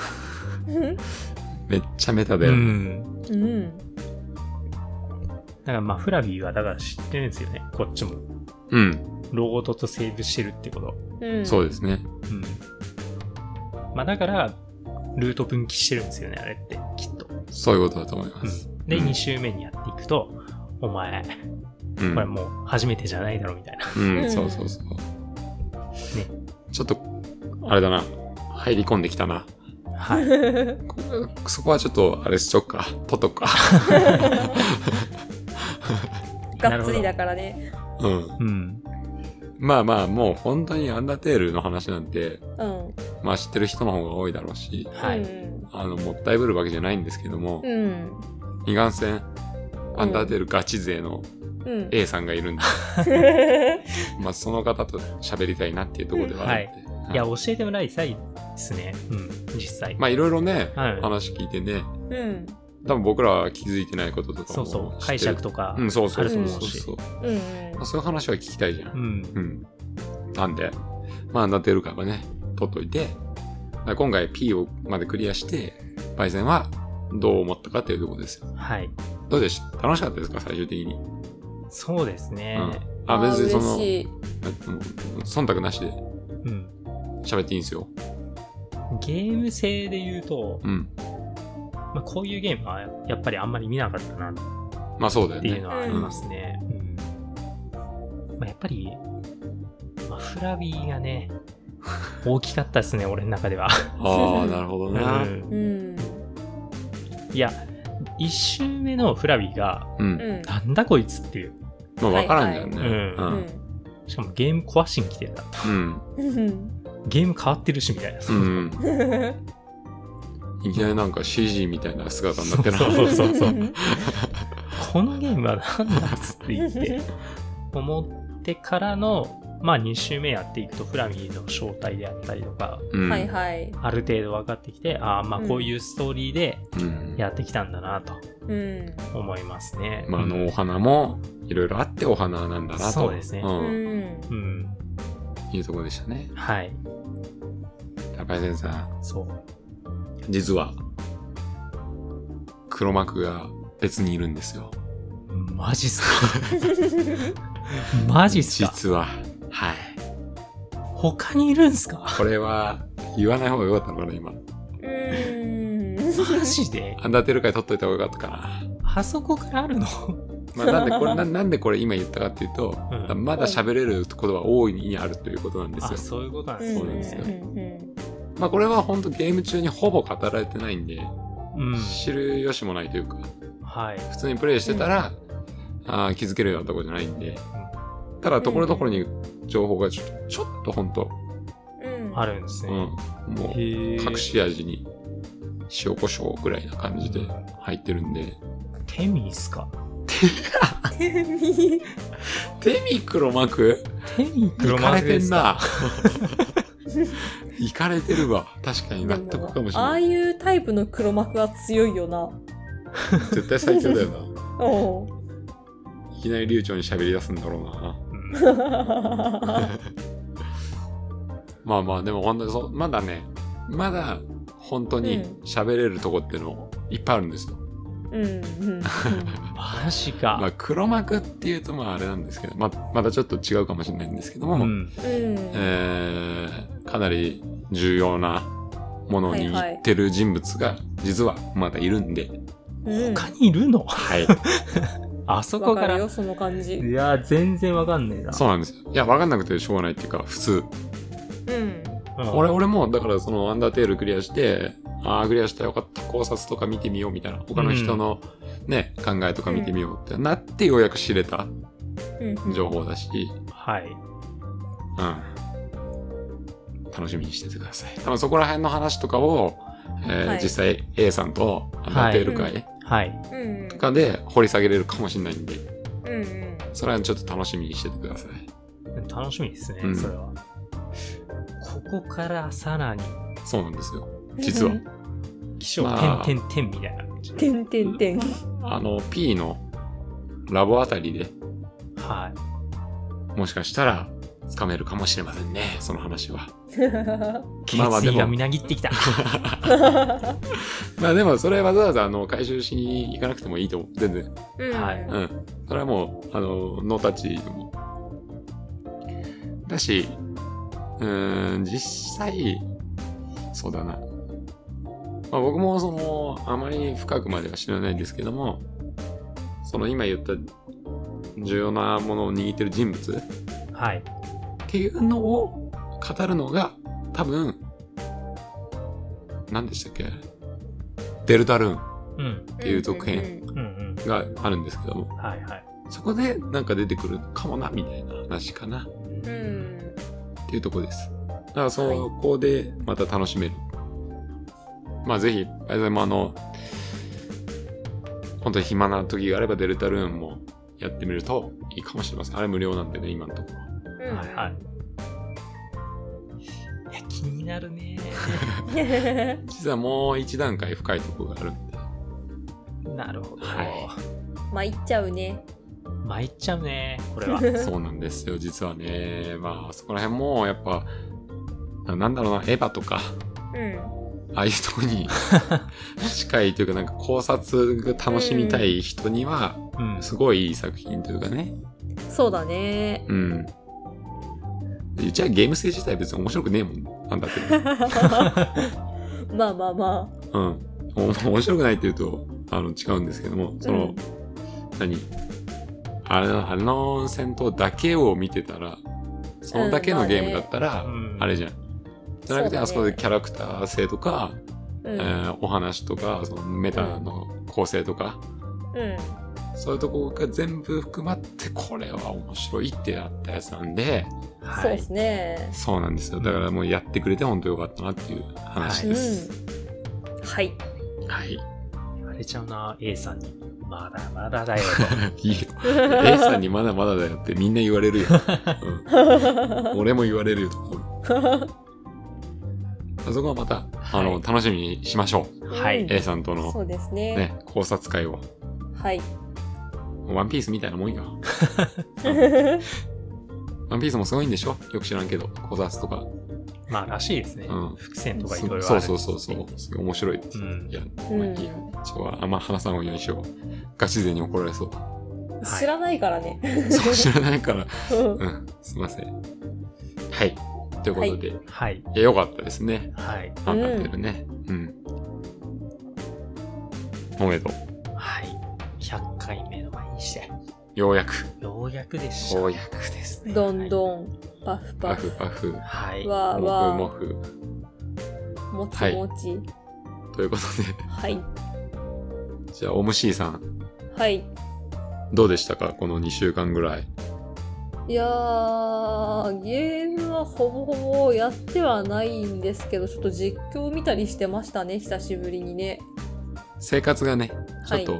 A: めっちゃメタだ
C: う
A: よね。
C: ん。
B: うん
C: だからまあ、フラビーはだから知ってるんですよね、こっちも。
A: うん、
C: ロードとセーブしてるってこと。
B: うん、。
A: そうですすね。
C: うん。まあ、だから、ルート分岐してるんですよね、あれって、きっと。
A: そういうことだと思います。
C: うん。で、
A: うん
C: 2周目にやっていくと、お前、
A: うん
C: これもう初めてじゃないだろ、みたいな。
A: う、
B: うんん
A: そうそうそう。ちょっと、あれだな。入り込んできたな。
C: はい。
A: こそこはちょっと、あれしちょっか。とっとくか。
B: がっつりだからね。
A: うん。
C: うん。
A: まあまあ、もう本当にアンダーテールの話なんて、
B: うん。
A: まあ知ってる人の方が多いだろうし、
C: は
B: う
C: い。
B: ん
A: あの、もったいぶるわけじゃないんですけども、
B: うん。
A: いかんせん、アンダーテールガチ勢の
B: うん
A: A さんがいるんで、まあその方と喋りたいなっていうところではあるんで。
C: いや、教えてもらいたいですね。うん。実際。
A: まあいろいろね、
C: はい
A: 話聞いてね、
B: うん。
A: 多分僕らは気づいてないこととかも
C: そうそう。解釈
A: と
C: とか。
A: うん、そうそう
B: ある
A: そう
B: と
A: そ
B: 思
A: う
C: うし
A: そう。ま
B: うん。
A: あそういう話は聞きたいじゃ。
C: うんん。
A: うん。なんで、まあアンダーテールからはね、取っといて、だから今回 P をまでクリアして、バイゼンはどう思ったかっていうところですよ。
C: はい。
A: どうでした楽しかったですか最終的に。
C: そうですね。
A: うん、あ、別にそ
B: あ
A: の
B: 嬉、しい
A: うん忖度なしで
C: うん。
A: 喋っていいんですよ。
C: ゲーム性で言うと、
A: うん。
C: まあ、こういうゲームはやっぱりあんまり見なかったなっ
A: まあそうだよ
C: ていう
A: ね
C: の。はありますね。うん。まあ、やっぱり、まあ、フラビーがね、大きかったで すね、俺の中では。
A: ああ、なるほど
C: う
A: ね。
C: ん。
B: うん。
C: いや、1周目のフラビーが、
A: うん。
B: うん。
C: なんだこいつっていう。
A: まあわからんじゃんね。
C: はいはい
A: うん。
C: しかもゲーム壊しに来てるな。
A: うん。
B: うん。
C: ゲーム変わってるしみたいな。
A: うん。いきなりなんか CG みたいな姿になってな。
C: そうそうそう
B: うん。
C: このゲームは何だっつって言って、思ってからの、まあ2周目やっていくと、フラミーの正体であったりとか、
A: うん
B: はいはい。
C: ある程度分かってきて、ああ、まあこういうストーリーで
A: うん
C: やってきたんだなと
B: うん。
C: 思いますね。
A: まああ
C: う
A: の
C: ん
A: お花もいろいろあってお花なんだなと。。
C: そうですね
B: うんん。
C: うん。
A: いうところでしたね。
C: はい。
A: 高井先生、
C: そう。
A: 実は、黒幕が別にいるんですよ。
C: マジっすか マジっすか
A: 実は。はい。
C: 他にいるんすか
A: これは、言わない方がよかったのかな、今。
B: うん。
C: マジで
A: アンダーテール界取っといた方がよかったかな。
C: あそこからあるの
A: まあ、なんでこ れな、なんでこれ今言ったかっていうと、
C: うん
A: まだ喋れることは大いにあるということなんです
C: あ、
A: よ。
C: そういうことなんです
A: そう
C: ね。
A: なんですよ
B: うん
A: まあこれは本当ゲーム中にほぼ語られてないんで、
C: うん。
A: 知る由もないというか、
C: はい。
A: 普通にプレイしてたら、あー気づけるようなとこじゃないんで、ただところどころに情報がちょちょっと本当、
B: うんうん。
C: あるんです
A: うん、
C: ね。
A: もう
C: へえ。
A: 隠し味に塩コショウぐらいな感じで入ってるんで、
C: テミーっすか
B: テミ。
A: テミ黒幕
C: テミー
A: イ
C: 黒
A: カれ
C: 幕
A: て
C: で
A: ん
C: すか
A: な。イカれてる わ。確かに納得かもしれ
B: あ
A: な
B: あ
A: い。
B: いうタイプの黒幕は強いよな。
A: 絶対最強だよな。
B: おう
A: いきなり流暢に喋り出すんだろうな。まあまあ、でも本当にそう、まだね、まだ本当に喋れるとこっていうのいっぱいあるんですよ。
B: うんうん
C: マジか。
A: まあ黒幕っていうとまああれなんですけど、まあ、まだちょっと違うかもしれないんですけども、
C: うん。
B: うん。
A: えーかなり重要なものに言ってる人物が実はまだいるんで、
B: うん。
C: 他にいるの
A: はい。
C: あそこ
B: わ
C: か。
B: からる
C: い
B: よ、その感じ。
C: やー、全然わかんねえ な。
A: そうなんですよ。いや、わかんなくてしょうがないっていうか、普通。
B: うん。
C: うん。
A: 俺、俺も、だからそのアンダーテールクリアして、ああ、クリアしたよかった、考察とか見てみようみたいな、他の人のね、考えとか見てみようってなってようやく知れた
B: うん
A: 情報だし、
C: はい。
A: うん。楽しみにしててください。多分そこら辺の話とかを、えー
B: はい
A: 実際 A さんとアンダーテール
B: は
A: 会
C: はい。
B: うん。
A: とかで掘り下げれるかもしれないんで、
B: うんうん。
A: それはちょっと楽しみにしててください。
C: 楽しみですね、
A: うん
C: それは。ここからさらに、
A: そうなんですよ。実は。
C: 気象
A: まあ
C: 点点点みたいな感 じ。
B: てんてん てん。
A: あの、P のラボあたりで、
C: はい。
A: もしかしたら、つかめるかもしれませんね、その話は。
C: 決
A: まあまあで
C: 意
A: も
C: がみなぎってきた。
A: まあでもそれわざわざあの回収しに行かなくてもいいと思う。全然。
C: はい
A: うん。それはもう、あの、ノータッチでも。だし、うーん、実際、そうだな。まあ僕もその、あまり深くまでは知らないんですけども、その今言った重要なものを握ってる人物っ
C: はい。
A: ていうのを語るのが、多分、何でしたっけデルタルーン
C: うん。
A: ていう続編
C: うんうん。
A: があるんですけども、
C: はいはい。
A: そこでなんか出てくるかもな、みたいな話かな、
B: うんうん
A: っていうとこです。だからそこでまた楽しめる。まあぜひ、あれでもあの、本当に暇な時があればデルタルーンもやってみるといいかもしれません。あれ無料なんでね、今のところ。
B: うん
C: はいはい。いや、気になるね。
A: 実はもう一段階深いところがあるんで。
C: なるほど。
A: は
B: まあ行っちゃうね
C: 参っちゃうね、これは。
A: そうなんですよ、実はね。まあそこら辺もやっぱ、ななんだろうな、エヴァとか、
B: うん
A: ああいうとこに近いというかなんか考察が楽しみたい人には、
C: うん。
A: すごいいい作品というかね。
B: そう だね
A: うん。うちはゲーム性自体別に面白くねえもん。なんだって。
B: まあまあま
A: うん。お面白くないって言うと、あの、違うんですけども、その、何あれの、あれの戦闘だけを見てたら、そのだけのゲームだったら、
C: うん
A: あれじゃん。じゃなくて、あそこでキャラクター性とか、
B: あう
A: え
B: ん
A: ーお話とか、そのメタの構成とか、
B: うん
A: そういうとこが全部含まって、これは面白いってなったやつなんで、
B: そう
C: は
B: で
C: い。
B: すね
A: そうなんですよ。だからもうやってくれて本当よかったなっていう話
B: うん
A: です。
B: はい
A: はい。
C: 言われちゃうな、A さんに。まだまだだよ
A: いいよ。A さんにまだまだだよってみんな言われるよ。うん、俺も言われ るよ。そこはまた、あの、
C: はい
A: 楽しみにしましょう。
C: と。は
B: う
C: い
B: ん。
A: A さんと
B: そ
A: の
B: うですね
A: ね、考察会を。
B: はい
A: ワンピースみたいなもんよ。ワンピースもすごいんでしょよく知らんけど、考察とか。
C: まあ、らしいですね
A: うん。
C: 伏線とかいろいろあ
A: そ
C: る。
A: うそうそうそう。すごい面白いです。
C: うん
A: いや、
B: うん
A: まあいいや。ちょっとあんま話さないようにしよう。ガチ勢に怒られそう。
C: はい
B: 知らないからね
A: そう知らないから。
B: うん
A: うん、すいません。はい。ということで、い、
C: はい。
A: や、よかったですね。
C: はい。
A: あんたってるね。うん。おめでとう。
C: はい。100回目の前にして、
A: ようやく。
C: ようやくでした。
A: ようやくですね。
B: どんどんパフ
A: パ
B: パ
A: フ
B: フ
A: パフ。
C: はい。は
B: わー
A: も
B: わ
A: ふもふ。
B: ーもちもち
A: ということ
B: はい
A: で、じゃあ、オムシーさん、
B: はい
A: どうでしたかこの2週間ぐらい。
B: いやーゲームはほぼほぼやってはないんですけどちょっと実況見たりしてましたね久しぶりにね
A: 生活がね、ちょ
B: は
A: っ
B: い
A: と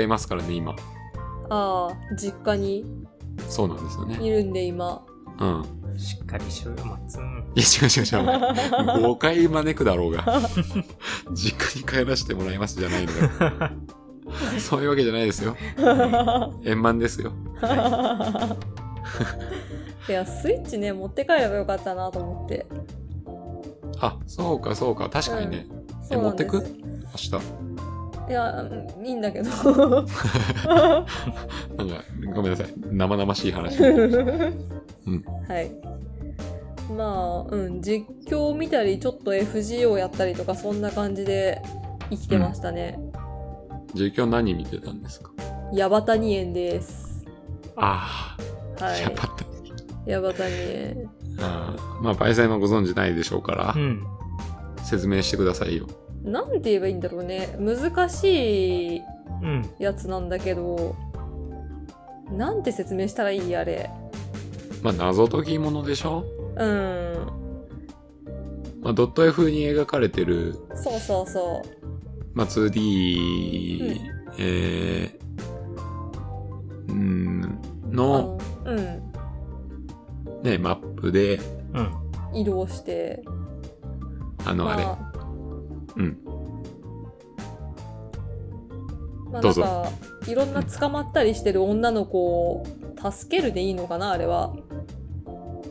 A: 違いますからね、今。
B: ああ実家に
A: そうなんですよね。
B: いるんで今
A: うん。
C: いしっかりしろよ、
A: い
C: 松。
A: や、違う違う違うお前。誤解招くだろうが。実家に帰らせてもらいますじゃないのよ。そういうわけじゃないですよ。円満ですよ。
B: いやスイッチね持って帰ればよかったなと思って
A: あ、そうかそうか。確かにね。え、
B: そう
A: 持
B: な
A: っ
B: ん
A: て
B: です
A: く明日。
B: いやうんいいんだけどは
A: なんか、ごめんなさい。生々しい話。
B: いまあうん実況見たりちょっと FGO やったりとかそんな感じで生きてましたね、
A: 実況何見てたんですか
B: ヤバタニエンです
A: ああ、
B: は
A: や
B: い
A: ばった。
B: ヤバタニエン
A: あーまあ、パイセンもご存知ないでしょうから
C: う、ん。
A: 説明してくださいよ。
B: なんて言えばいいんだろうね難しい
C: うん。
B: やつなんだけどなんて説明したらいいあれ
A: まあ、謎解き物でしょ
B: うん
A: まあ、ドット絵風に描かれてる
B: そうそうそ
A: まあ、2D、
B: うん
A: えー、うん
B: うあ
A: の
B: のうん
A: ね、マップで、
C: うん。
B: 移動して
A: あの、あれ、
B: ま
A: うん、
B: まあ
A: ど
B: な
A: うんぞ
B: かいろんな捕まったりしてる女の子を助けるでいいのかなあれは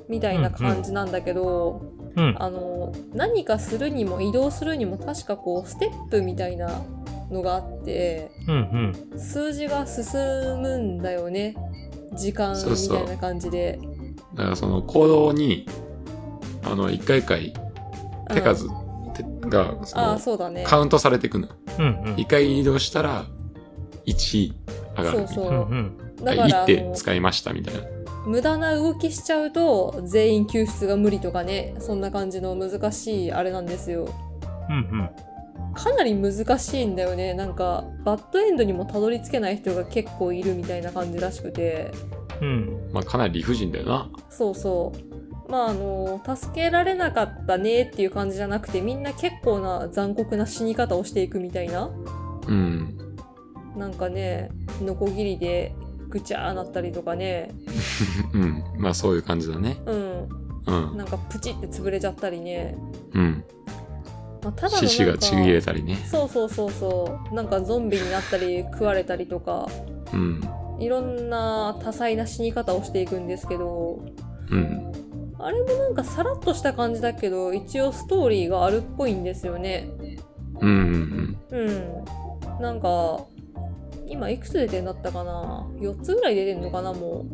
B: みたいな感じなんだけど、
C: うん。
B: あの何かするにも移動するにも確かこうステップみたいなのがあって
C: うんうん。
B: 数字が進むんだよね時間
A: そう
B: み
A: そう
B: たいな感じで
A: だからその行動に、あの、一回一回
B: うん
A: 手数てが、そ
B: ああ
A: の、
B: そうだね
A: カウントされていくの。
C: うんうん。
A: 一回移動したら、1上がるみたい
B: そう
A: な。
B: そう
C: うん
B: だ
A: は
B: か
A: い
B: ら
A: 1
B: あ
A: 手
B: の
A: 使いましたみたいな。
B: 無駄な動きしちゃうと全員救出が無理とかねそんな感じの難しいあれなんですよ
C: うん。うん
B: かなり難しいんだよねなんかバッドエンドにもたどり着けない人が結構いるみたいな感じらしくて
C: うん。
A: まあ、かなり理不尽だよな。
B: そうそうまああの助けられなかったねっていう感じじゃなくてみんな結構な残酷な死に方をしていくみたいな
A: うん。
B: なんかねノコギリでぐちゃーなったりとかね
A: うん。まあ、そういう感じだね。
B: うん
A: うん。
B: なんかプチって潰れちゃったりね、
A: うん。
B: まあ、ただの
A: 獅子
B: なん
A: が
B: か
A: ちぎれたりね。
B: そうそうそうそうなんかゾンビになったり食われたりとか
A: うん。
B: いろんな多彩な死に方をしていくんですけど
A: うん。
B: あれもなんかさらっとした感じだけど一応ストーリーがあるっぽいんですよね
A: うん。うん
B: うんなんか今いくつ出てんだったかな4つぐらい出てんのかなも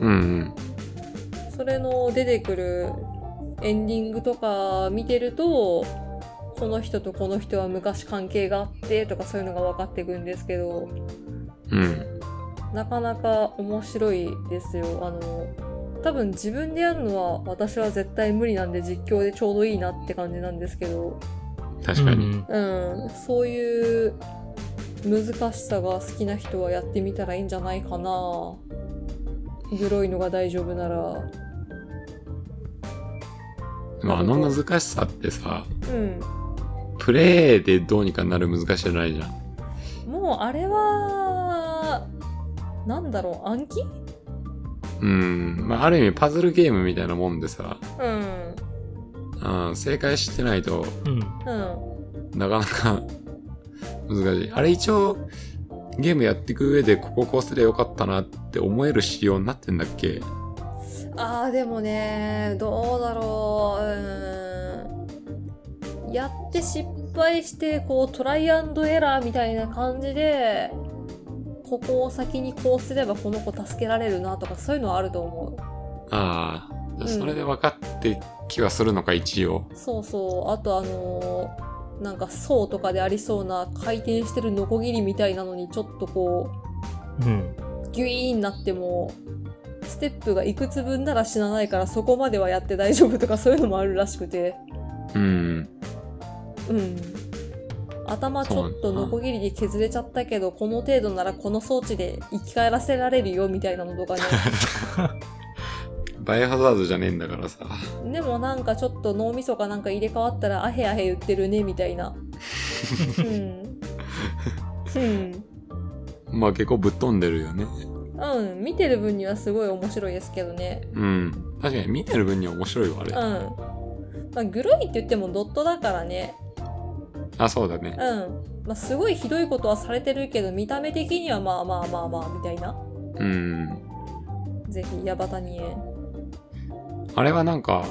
A: うん。うん。
B: うそれの出てくるエンディングとか見てるとこの人とこの人は昔関係があってとかそういうのが分かってくんですけど
A: うん。
B: なかなか面白いですよあの多分自分でやるのは私は絶対無理なんで実況でちょうどいいなって感じなんですけど
A: 確か
C: う
A: に。
C: ん
B: うんそういう難しさが好きな人はやってみたらいいんじゃないかなグロいのが大丈夫ならう
A: でもあの難しさってさ、
B: ん
A: プレイでどうにかなる難しさじゃないじゃん。
B: もうあれはなんだろう暗記
A: うん。まあ、ある意味パズルゲームみたいなもんでさ、
B: うん
A: うん、正解してないと
C: うん。
B: うん
A: なかなか難しい。あれ一応、ゲームやっていく上でこここうすればよかったなって思える仕様になってんだっけ
B: あーでもねどうだろううんやって失敗してこうトライアンドエラーみたいな感じでここを先にこうすればこの子助けられるなとかそういうのはあると思う
A: ああ、
B: ん
A: それで分かって気はするのか、一応。
B: そうそうあとあのーなんか層とかでありそうな回転してるノコギリみたいなのにちょっとこ
C: うん。
B: うギュイーンなってもステップがいくつ分なら死なないからそこまではやって大丈夫とかそういうのもあるらしくて
A: うん。
B: うん頭ちょっとノコギリで削れちゃったけどこの程度ならこの装置で生き返らせられるよみたいなのとかね
A: バイオハザードじゃねえんだからさ。
B: でもなんかちょっと脳みそかなんか入れ替わったらアヘアヘ言ってるねみたいなうんうん
A: まあ結構ぶっ飛んでるよね。
B: うん、見てる分にはすごい面白いですけどね。
A: うん。確かに見てる分には面白いわ、あ
B: うん。
A: れ。
B: まあ、グロいって言ってもドットだからね。
A: あ、そうだ
B: うん
A: ね。。
B: まあ、すごいひどいことはされてるけど、見た目的にはまあまあまあまあ、みたいな。
A: うん。
B: ぜひ、ヤバタニエ。
A: あれはなんか、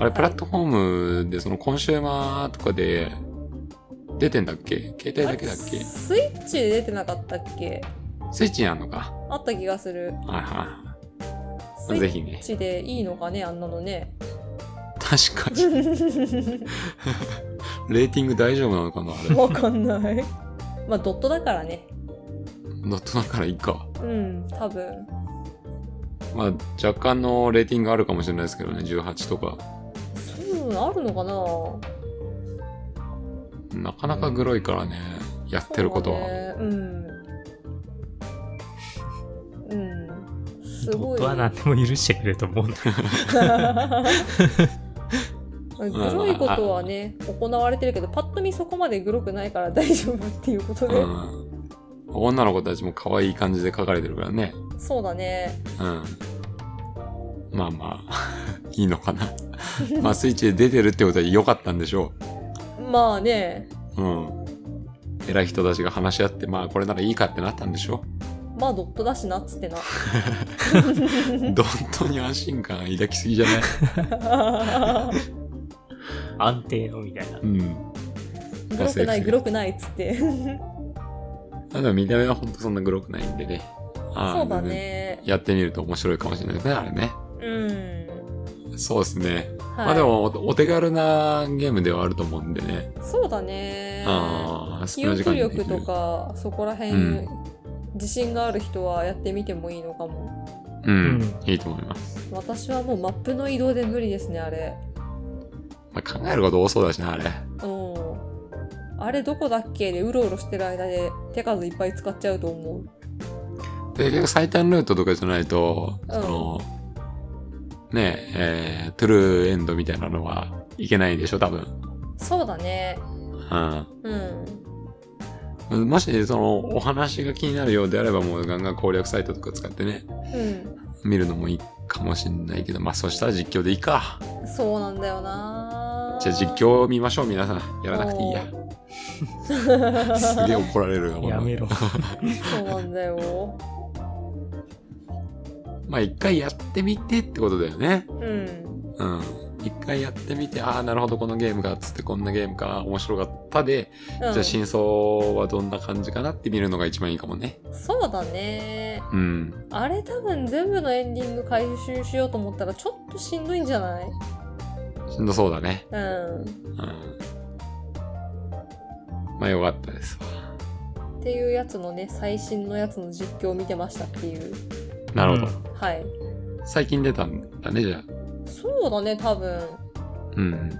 A: あれプラットフォームでそのコンシューマーとかで出てんだっけ携帯だけだっ
B: あれ
A: け
B: スイッチで出てなかったっけ
A: スイッチにあんのか。
B: あった気がする。
A: はいは
B: ス
A: い。
B: イ
A: ぜ
B: ッ
A: ひね。
B: チでいいのかね、あんなのね。
A: 確かに。レーティング大丈夫なのかなあれ。
B: わかんない。まあ、ドットだからね。
A: ノットだからいいか。
B: うん、多分。
A: まあ若干のレーティングあるかもしれないですけどね。18とか。
B: そういうのあるのかな
A: なかなかグロいからね。やってることは。
B: うん。うん。すごい。
C: 僕は何でも許してくれると思うんだ。
B: グロいことはね、行われてるけど、パッと見そこまでグロくないから大丈夫っていうことで。
A: うん。女の子たちも可愛い感じで書かれてるからね。
B: そうだね。
A: うん。まあまあ、 いいのかな。まあ、スイッチで出てるってことは良かったんでしょ
B: まあね、
A: う。うん。偉い人たちが話し合って、まあ、これならいいかってなったんでしょ
B: まあドットだしなっつっ てな。
A: う。どんとに安心感抱きすぎじゃない
C: 安定のみたいな。
A: うん。
B: グロくないグロくないっつって
A: ただ見た目はほんとそんなグロくないんでね。あー
B: そうだ。ね
A: やってみると面白いかもしれないですね、あれね。
B: うん
A: そうですね。
B: はい
A: まあでもお、お手軽なゲームではあると思うんでね。
B: そうだね
A: ああ、
B: 記憶
A: でき
B: 力
A: る
B: と。かそこら辺、
A: うん
B: 自信がある人はやってみてもいいのかも
A: うん、いいと思います。
B: 私はもうマップの移動で無理ですねあれ
A: まあ、考えること多そうだしな、あれ。
B: うんあれどこだっけでうろうろしてる間で手数いっぱい使っちゃうと思う
A: で、結局最短ルートとかじゃないと、
B: うん
A: その、ねえ、えートゥルーエンドみたいなのはいけないでしょ、多分。
B: そうだねうん
A: うん。もし、その、お話が気になるようであれば、もうガンガン攻略サイトとか使ってね、
B: うん
A: 見るのもいいかもしんないけど、まあ、そしたら実況でいいか。
B: そうなんだよな
A: じゃあ実況を見ましょう、皆さん。やらなくていいや。すげえ怒られるよ、こんな
C: や
A: の
C: めろ。
B: そうなんだよ
A: まあ、一回やってみてってことだよね。
B: うん
A: うん。一回やってみて、ああ、なるほど、このゲームか、つって、こんなゲームか、面白かったで、
B: うん
A: じゃあ真相はどんな感じかなって見るのが一番いいかもね。
B: そうだね
A: うん。
B: あれ多分全部のエンディング回収しようと思ったらちょっとしんどいんじゃない
A: しんどそうだね。
B: うん
A: うん。まあ、よかったですわ。
B: っていうやつのね最新のやつの実況を見てましたっていう
A: なるほど。
C: ど。
B: はい
A: 最近出たんだね、じゃあ。
B: そうだね多分
A: うん。
B: うん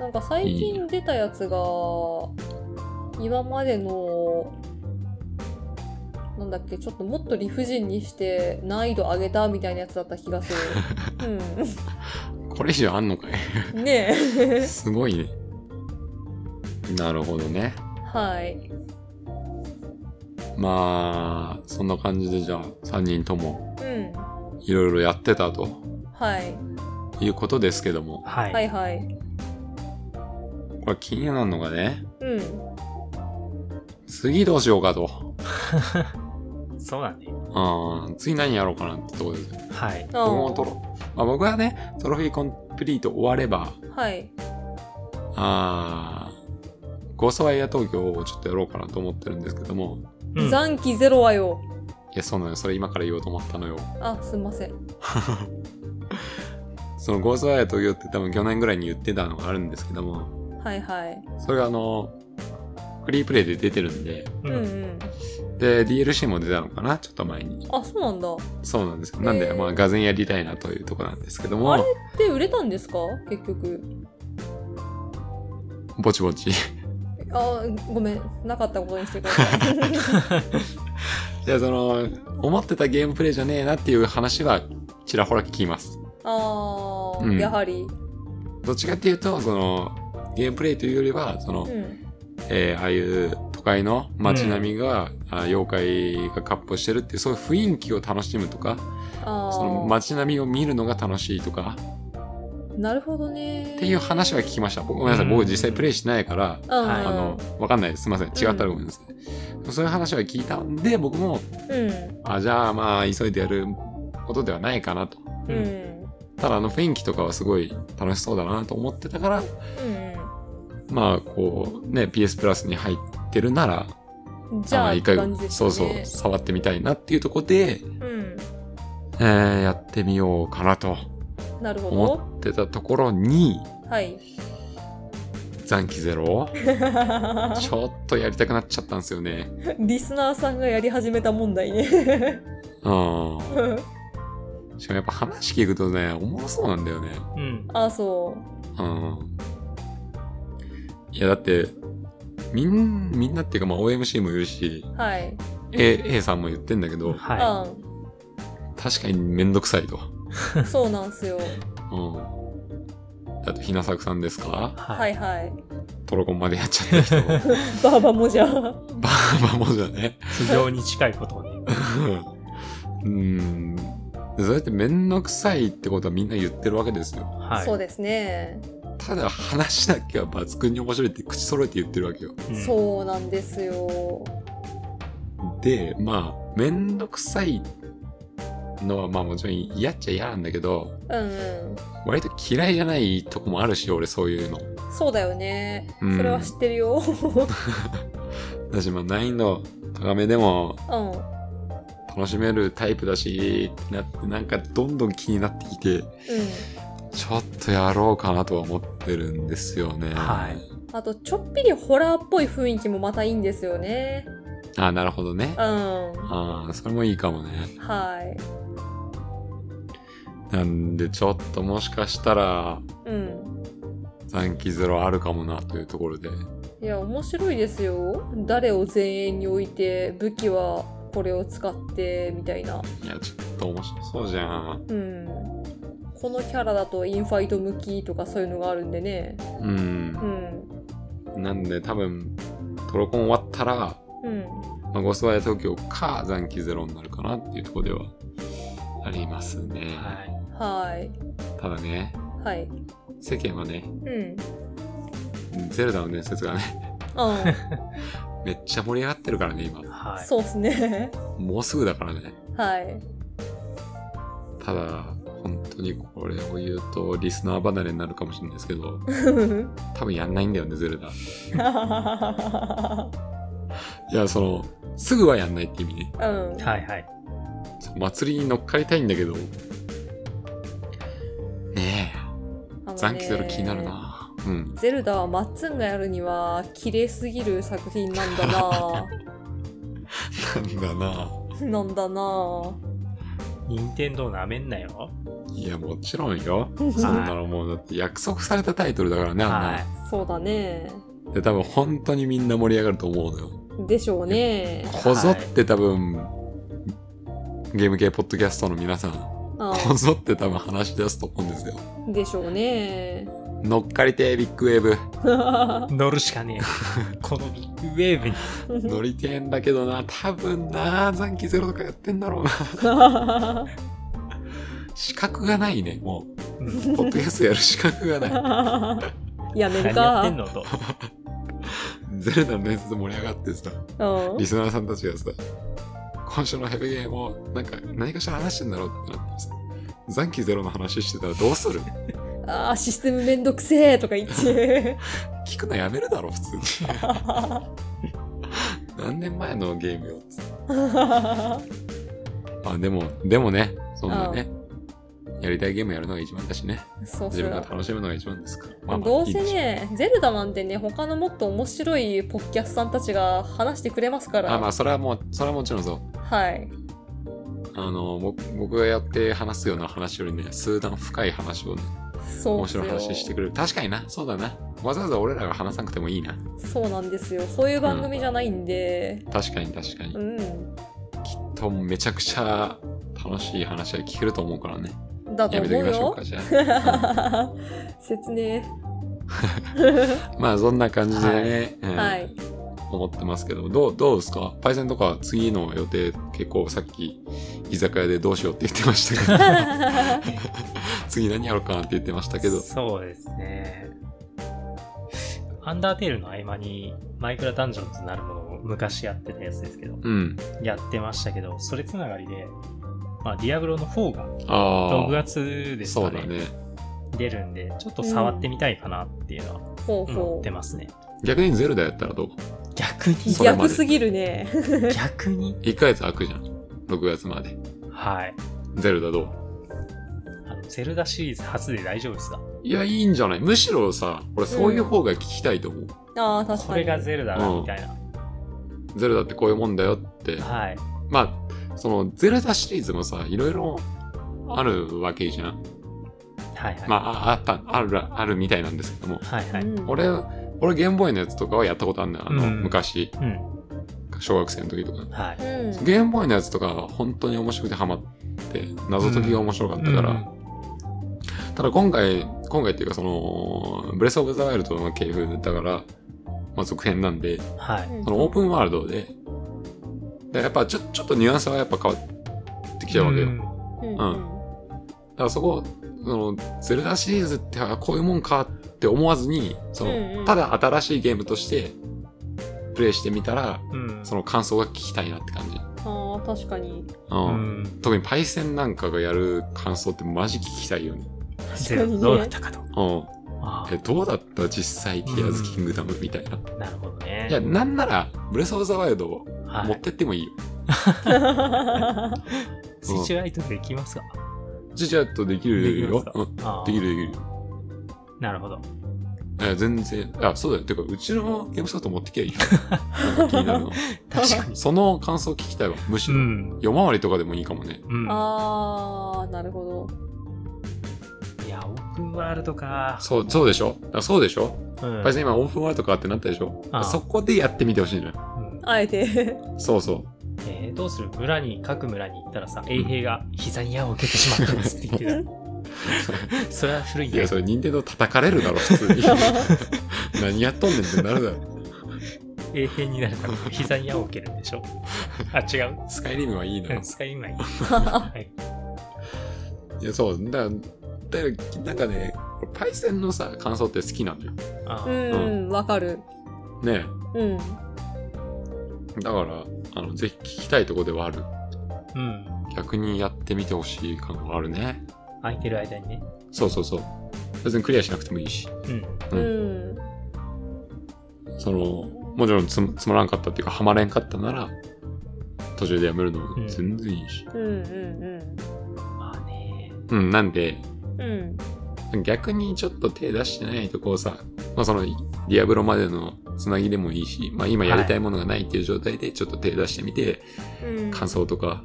B: なんか最近出たやつが今までのなんだっけちょっともっと理不尽にして難易度上げたみたいなやつだった気がする
A: これ以上あん のかい
B: うんねえ
A: すごいね。なるほどね。
B: はい
A: まあ、そんな感じで、じゃあ、3人とも、
B: うん
A: いろいろやってたと
B: はい
A: いうことですけども、
C: は。
B: はいいはい
A: これ気になるのがね、
B: うん
A: 次どうしようかと。
C: そうだね。
A: うん、次何やろうかなってとこです。
C: はい。
B: あ
A: 僕もトロ、まあ、僕はね、トロフィーコンプリート終われば、
B: はい
A: あーゴーストワイヤー東京をちょっとやろうかなと思ってるんですけども、
C: うん
B: 残機ゼロはよ
A: いや、そうなのよ。それ今から言おうと思ったのよ。
B: あすんません
A: そのゴーストワイヤー東京って多分去年ぐらいに言ってたのがあるんですけども、
B: はいはい
A: それがあの、フリープレイで出てるんで、
C: う
B: うんうんん
A: で、DLC も出たのかなちょっと前に。
B: あそうなんだ
A: そうなんですよ。なん
B: へ
A: で、
B: ー
A: まあ、がぜんやりたいなというとこなんですけど
B: あれ
A: も、
B: で売れたんですか結局
A: ぼちぼ ち。
B: あごめんなかったことにしてください
A: いや、その、思ってたゲームプレイじゃねえなっていう話は、ちらほら聞きます。
B: あー、
A: うん
B: やはり
A: どっちかっていうと、その、ゲームプレイというよりは、その
B: う、ん
A: えーああいう都会の街並みが、あ妖怪が割烹してるっていう、そういう雰囲気を楽しむとか、
B: あ
A: その
B: ー
A: 街並みを見るのが楽しいとか、
B: なるほどね
A: っていう話は聞きました。僕ごめんなさい、
C: うん
A: 僕実際プレイしないから、
B: うんうん、
C: はい
A: あの、わかんないです。すいません。違ったらごめんなさい。そういう話は聞いたんで、僕も、
B: うん
A: あ、じゃあまあ、急いでやることではないかなと。
B: うんう
C: うんん。
A: ただあの雰囲気とかはすごい楽しそうだなと思ってたから、まあこうね、PS プラスに入ってるなら、
B: うんじゃあ
A: あ
B: っ
A: 一
B: て
A: 回、
B: 感じです
A: そ
B: ね
A: うそう、触ってみたいなっていうとこで、
B: うん
A: えーやってみようかなと
B: なるほど
A: 思ってたところに、
B: はい
A: 残機ゼロをちょっとやりたくなっちゃったんですよね。
B: リスナーさんがやり始めた問題ね
A: うん。しかもやっぱ話聞くとね、おもろそうなんだよね。
C: うん。
B: あそ
A: うん。いやだって、みん、みんなっていうかまあ OMC もいるし、
B: うはい
A: A, A さんも言ってんだけど、
C: は
A: 確かにめんどくさいと。
B: うんそうな んすよ
A: うん。あと、ひなさくさんです
C: い。
A: か
B: は
C: はい
B: はい
A: トロコンまでやっちゃ った人。バ
B: バーバもじゃあ
A: ーバもじゃね。
C: 非常に近いことをね。
A: うん。でそうやってめんどくさいってことはみんな言ってるわけですよ。
C: はい。
B: そうですね、
A: ただ話だけは抜群に面白いって口揃えて言ってるわけよ。
C: うん
B: そうなんですよ
A: で、まあ、めんどくさいのはまあもちろん嫌っちゃ嫌なんだけど
B: うんうん
A: 割と嫌いじゃないとこもあるし俺そういうの
B: そうだよね、
A: うん
B: それは知ってるよ
A: 私まあ難易度高めでも
B: うんうん
A: 楽しめるタイプだしってなってなんかどんどん気になってきてちょっとやろうかなとは思ってるんですよね
C: はい
B: あとちょっぴりホラーっぽい雰囲気もまたいいんですよね
A: ああなるほどね
B: うんは
A: ああそれもいいかもね
B: い
A: なんでちょっともしかしたら
B: うん
A: 残機ゼロあるかもなというところで
B: いや面白いですよ誰を前衛に置いて武器はこれを使ってみたいない
A: やちょっと面白そうじゃん
B: うんこのキャラだとインファイト向きとかそういうのがあるんでね
A: うん
B: うん
A: なんで多分トロコン終わったら、
B: うん
A: まあ、ゴスワイア東京か残機ゼロになるかなっていうところではありますね、
C: はい
B: はい
A: ただね
B: はい
A: 世間はね
B: うん
A: ゼルダの伝説がね
B: あ
A: めっちゃ盛り上がってるからね今
B: あ
C: はい
B: そうっすね
A: もうすぐだからね
B: はい
A: ただ本当にこれを言うとリスナー離れになるかもしれないですけど多分やんないんだよねゼルダいやそのすぐはやんないって意味ね
B: うん
C: はいはい
A: そう祭りに乗っかりたいんだけどね
B: あの
A: え
B: ね
A: 残機ゼロ気になるなうん
B: ゼルダはマッツンがやるには綺麗すぎる作品なんだ な
A: なんだな
B: なんだな
C: 任天堂なめんなよ
A: いやもちろんよそん
C: は
A: なのもうだって約束されたタイトルだからね、あんなの
C: はい
B: そうだね
A: で多分本当にみんな盛り上がると思うのよ。
B: でしょうね
A: こぞって多分、ゲーム系ポッドキャストの皆さん、
B: あ
A: こぞって多分話し出すと思うんですよ。
B: でしょ うね
A: 乗っかりてえビッグウェーブ。
C: 乗るしかねえこのビッグウェーブに
A: 乗りてえんだけどな、多分な、残機ゼロとかやってんだろうな。 資格がないね、も
C: うん
A: う。ポッドキャストやる資格が ない。
B: やめる
C: 何やってん
B: か
C: のと
A: ゼルダの伝説盛り上がってさ、
B: うん
A: リスナーさんたちがさ、今週のヘビゲームを、なんか、何かしら話してんだろうってなってさ、残機ゼロの話してたらどうする
B: あーシステムめんどくせえと か言って
A: 聞くのやめるだろ、普 通に。何年前のゲームよ。あ、でも、でもね、そんなね、やりたいゲームやるのが一番だしね。
B: そう
A: 自
B: そう
A: 分が楽しむのが一番ですから。まあまあ
B: どう
A: いい
B: せ
A: でしょ
B: ねゼルダなんてね他のもっと面白いポッキャスさんたちが話してくれますから
A: あ、まあ、それはもう、それはもちろんそう。
B: はい
A: あの、僕僕がやって話すような話よりね、数段深い話をね、
B: そう
A: 面
B: っすよ
A: 白い話してくれる。確かにな、そうだな。わざわざ俺らが話さなくてもいいな。
B: そうなんですよそういう番組じゃないんで
A: 確かに確かに。
B: うん、
A: きっとめちゃくちゃ楽しい話は聞けると思うからね。
B: だと
A: やめ
B: 思
A: とき
B: う
A: ましょう
B: よ
A: か、じゃ
B: 説明
A: あ。 まあ、そんな感じでね、うん
B: はい
A: 思ってますけど、どう、どうですかパイセンとか次の予定、結構さっき、居酒屋でどうしようって言ってましたけど、 次何やろうかなって言ってましたけど、
C: そうですね。アンダーテールの合間にマイクラダンジョンズなるものを昔やってたやつですけど、
A: うん。
C: やってましたけど、それつながりで、まあ、ディアブロの4が
A: あ
C: 6
A: あ、
C: 月です
A: そ
C: か
A: うだ
C: ね
A: ね。
C: 出るんで、ちょっと触ってみたいかなっていうのは
B: ほう
C: 思
B: ほ
C: っ
B: う
C: てますね。
A: 逆にゼルダやったらどう
C: 逆に
A: それまで
B: 逆すぎるね
C: 逆に
A: ?1 ヶ月空くじゃん。6月まで。
C: はい。
A: ゼルダどう
C: あの、ゼルダシリーズ初で大丈夫ですか
A: いや、いいんじゃないむしろさ、俺そういう方が聞きたいと思う。
B: ああ確かに
C: これがゼルダだみたいな。
A: ゼルダってこういうもんだよって。
C: はい。
A: まあ、その、ゼルダシリーズもさ、いろいろあるわけじゃん。
C: はいはい。
A: まあ、ああった、ある、あるみたいなんですけども。
C: はいはい。
B: うん
A: 俺、俺、ゲームボーイのやつとかはやったことあるんだよ。あの、
C: うん
A: 昔、
C: うん。
A: 小学生の時とか。
C: はい。
B: うん
A: ゲームボーイのやつとかは本当に面白くてハマって、謎解きが面白かったから。ただ今回、今回っていうかその、ブレスオブザワイルドの系譜だから、まあ続編なんで、
C: うんはい。
B: うん
A: そのオープンワールドで、でやっぱちょちょっとニュアンスはやっぱ変わってきちゃうわけよ。
C: うん
B: うん
A: うだからそこ、その、ゼルダシリーズってあこういうもんかって思わずに、その、
B: うんうん
A: ただ新しいゲームとして、プレイしてみたら、
C: うん。
A: その感想が聞きたいなって感じ。
B: ああ、確かに。
A: う。
C: うんん。
A: 特にパイセンなんかがやる感想ってマジ聞きたいよね。
B: 確
C: ゼ
B: か
C: ロ
B: に
C: どうだ
B: ね
C: っ。たかと。
A: うん。
C: あ
A: え、どうだった実際、ティアーズ・キングダムみたいな。
C: あ、なるほどね。
A: いや、なんなら、ブレス・オブ・ザ・ワイルドを
C: はい
A: 持ってってもいいよ。
C: スイッチライトできますか
A: ジジャッとできる
C: できま
A: よ
C: す。か
A: うん。
C: ああ
A: でき。るできる
C: なるほど。
A: いや、全然。あ、そうだよ。てか、うちのゲームソフト持ってきゃいいよ。なんか気にな るの。
C: 確かに。
A: その感想聞きたいわ。むし
C: う
A: ろ。
C: ん。
A: 夜回りとかでもいいかもね。
C: う ん。
B: ああ、なるほど。
C: いや、オープンワールドか。
A: そう、そうでしょあそうでしょ
C: うん
A: パイセン今オープンワールドかってなったでしょ
C: ああ
A: そこでやってみてほしいのよ。
C: うん
B: あ えて。
A: そうそう。
C: えーどうする村に、各村に行ったらさ、衛兵が膝に矢を受けてしまったんですって言ってた。 それは古い
A: いや、
C: よ。
A: それ任天堂叩かれるだろ、普 通に。何やっとんねんってなるだろ。
C: 衛兵になるために膝に矢を受けるんでしょ。あ、違う。
A: スカイリムはいいの
C: う
A: よ
C: ん、。使いまい。
A: いや、そう。だから、だからなんかね、パイセンのさ、感想って好きなんだよ。
C: あ
B: う
C: ー
B: ん、わかる。
A: ね
B: うん。
A: えだから、あの、ぜひ聞きたいとこではある。
C: うん。
A: 逆にやってみてほしい感があるね。
C: 空いてる間にね。
A: そうそうそう。別にクリアしなくてもいいし。う
C: うん。
B: うんん。
A: その、もちろんつつまらんかったっていうか、ハマれんかったなら、途中でやめるの
C: うん
A: 全然いいし。
B: うんうん
C: まあね。
A: うん、なんで、
B: うん。うん。
A: 逆にちょっと手出してないとこをさ、まあその、ディアブロまでのつなぎでもいいし、まあ今やりたいものがないっていう状態でちょっと手出してみて、
B: うん、
A: 感想とか。だか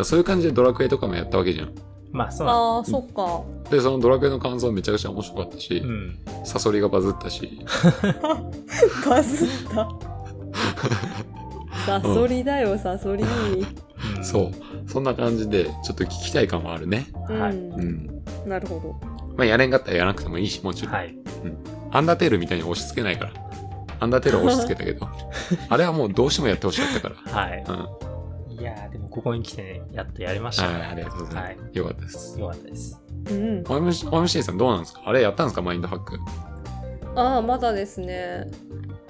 A: らそういう感じでドラクエとかもやったわけじゃん。
C: まあそうだ
B: ああ、そっか。
A: で、そのドラクエの感想めちゃくちゃ面白かったし、
C: うん。
A: サソリがバズったし、
B: バズ った。サソリだよ、サソリ。
C: うん
A: そう。そんな感じで、ちょっと聞きたい感もあるね。
B: う。
C: はい。
A: うんん。
B: なるほ
A: まあやれんかったらやらなくてもいいし、もちろん。
C: はい。
A: アンダーテールみたいに押し付けないから。アンダーテールは押し付けた けど。あれはもうどうしてもやってほしかったか
C: はい。
A: ら。うん。
C: いやー、でもここに来てね、やっとやりました
A: は
C: ね。
A: い、ありがとうございます。よかったです。
C: よかったです。
B: ど。うん。
A: OMC OMC さんどうなんですかあれやったんですかマインドハック。
B: ああ、まだですね。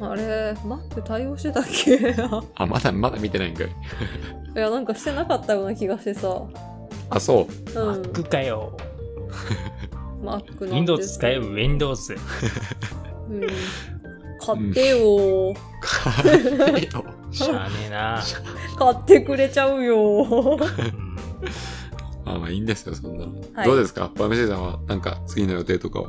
B: あれ、マップ対応してたっけ
A: あ、まだまだ見てないんかい。
B: いや、なんかしてなかったような気がしてさ。う
A: あ、そ
C: マ
B: ん
C: ッ。クかよ。
B: マックなんて
C: Windows 使えば Windows。
B: うん。買ってよ。
A: う。かわいいよ。
C: しゃあねえ な。
B: 買ってくれちゃうよ。
C: うん
A: まあまあいいんですよ、そんなの。
B: はい
A: どうですか ?OMC さんはなんか次の予定とかを。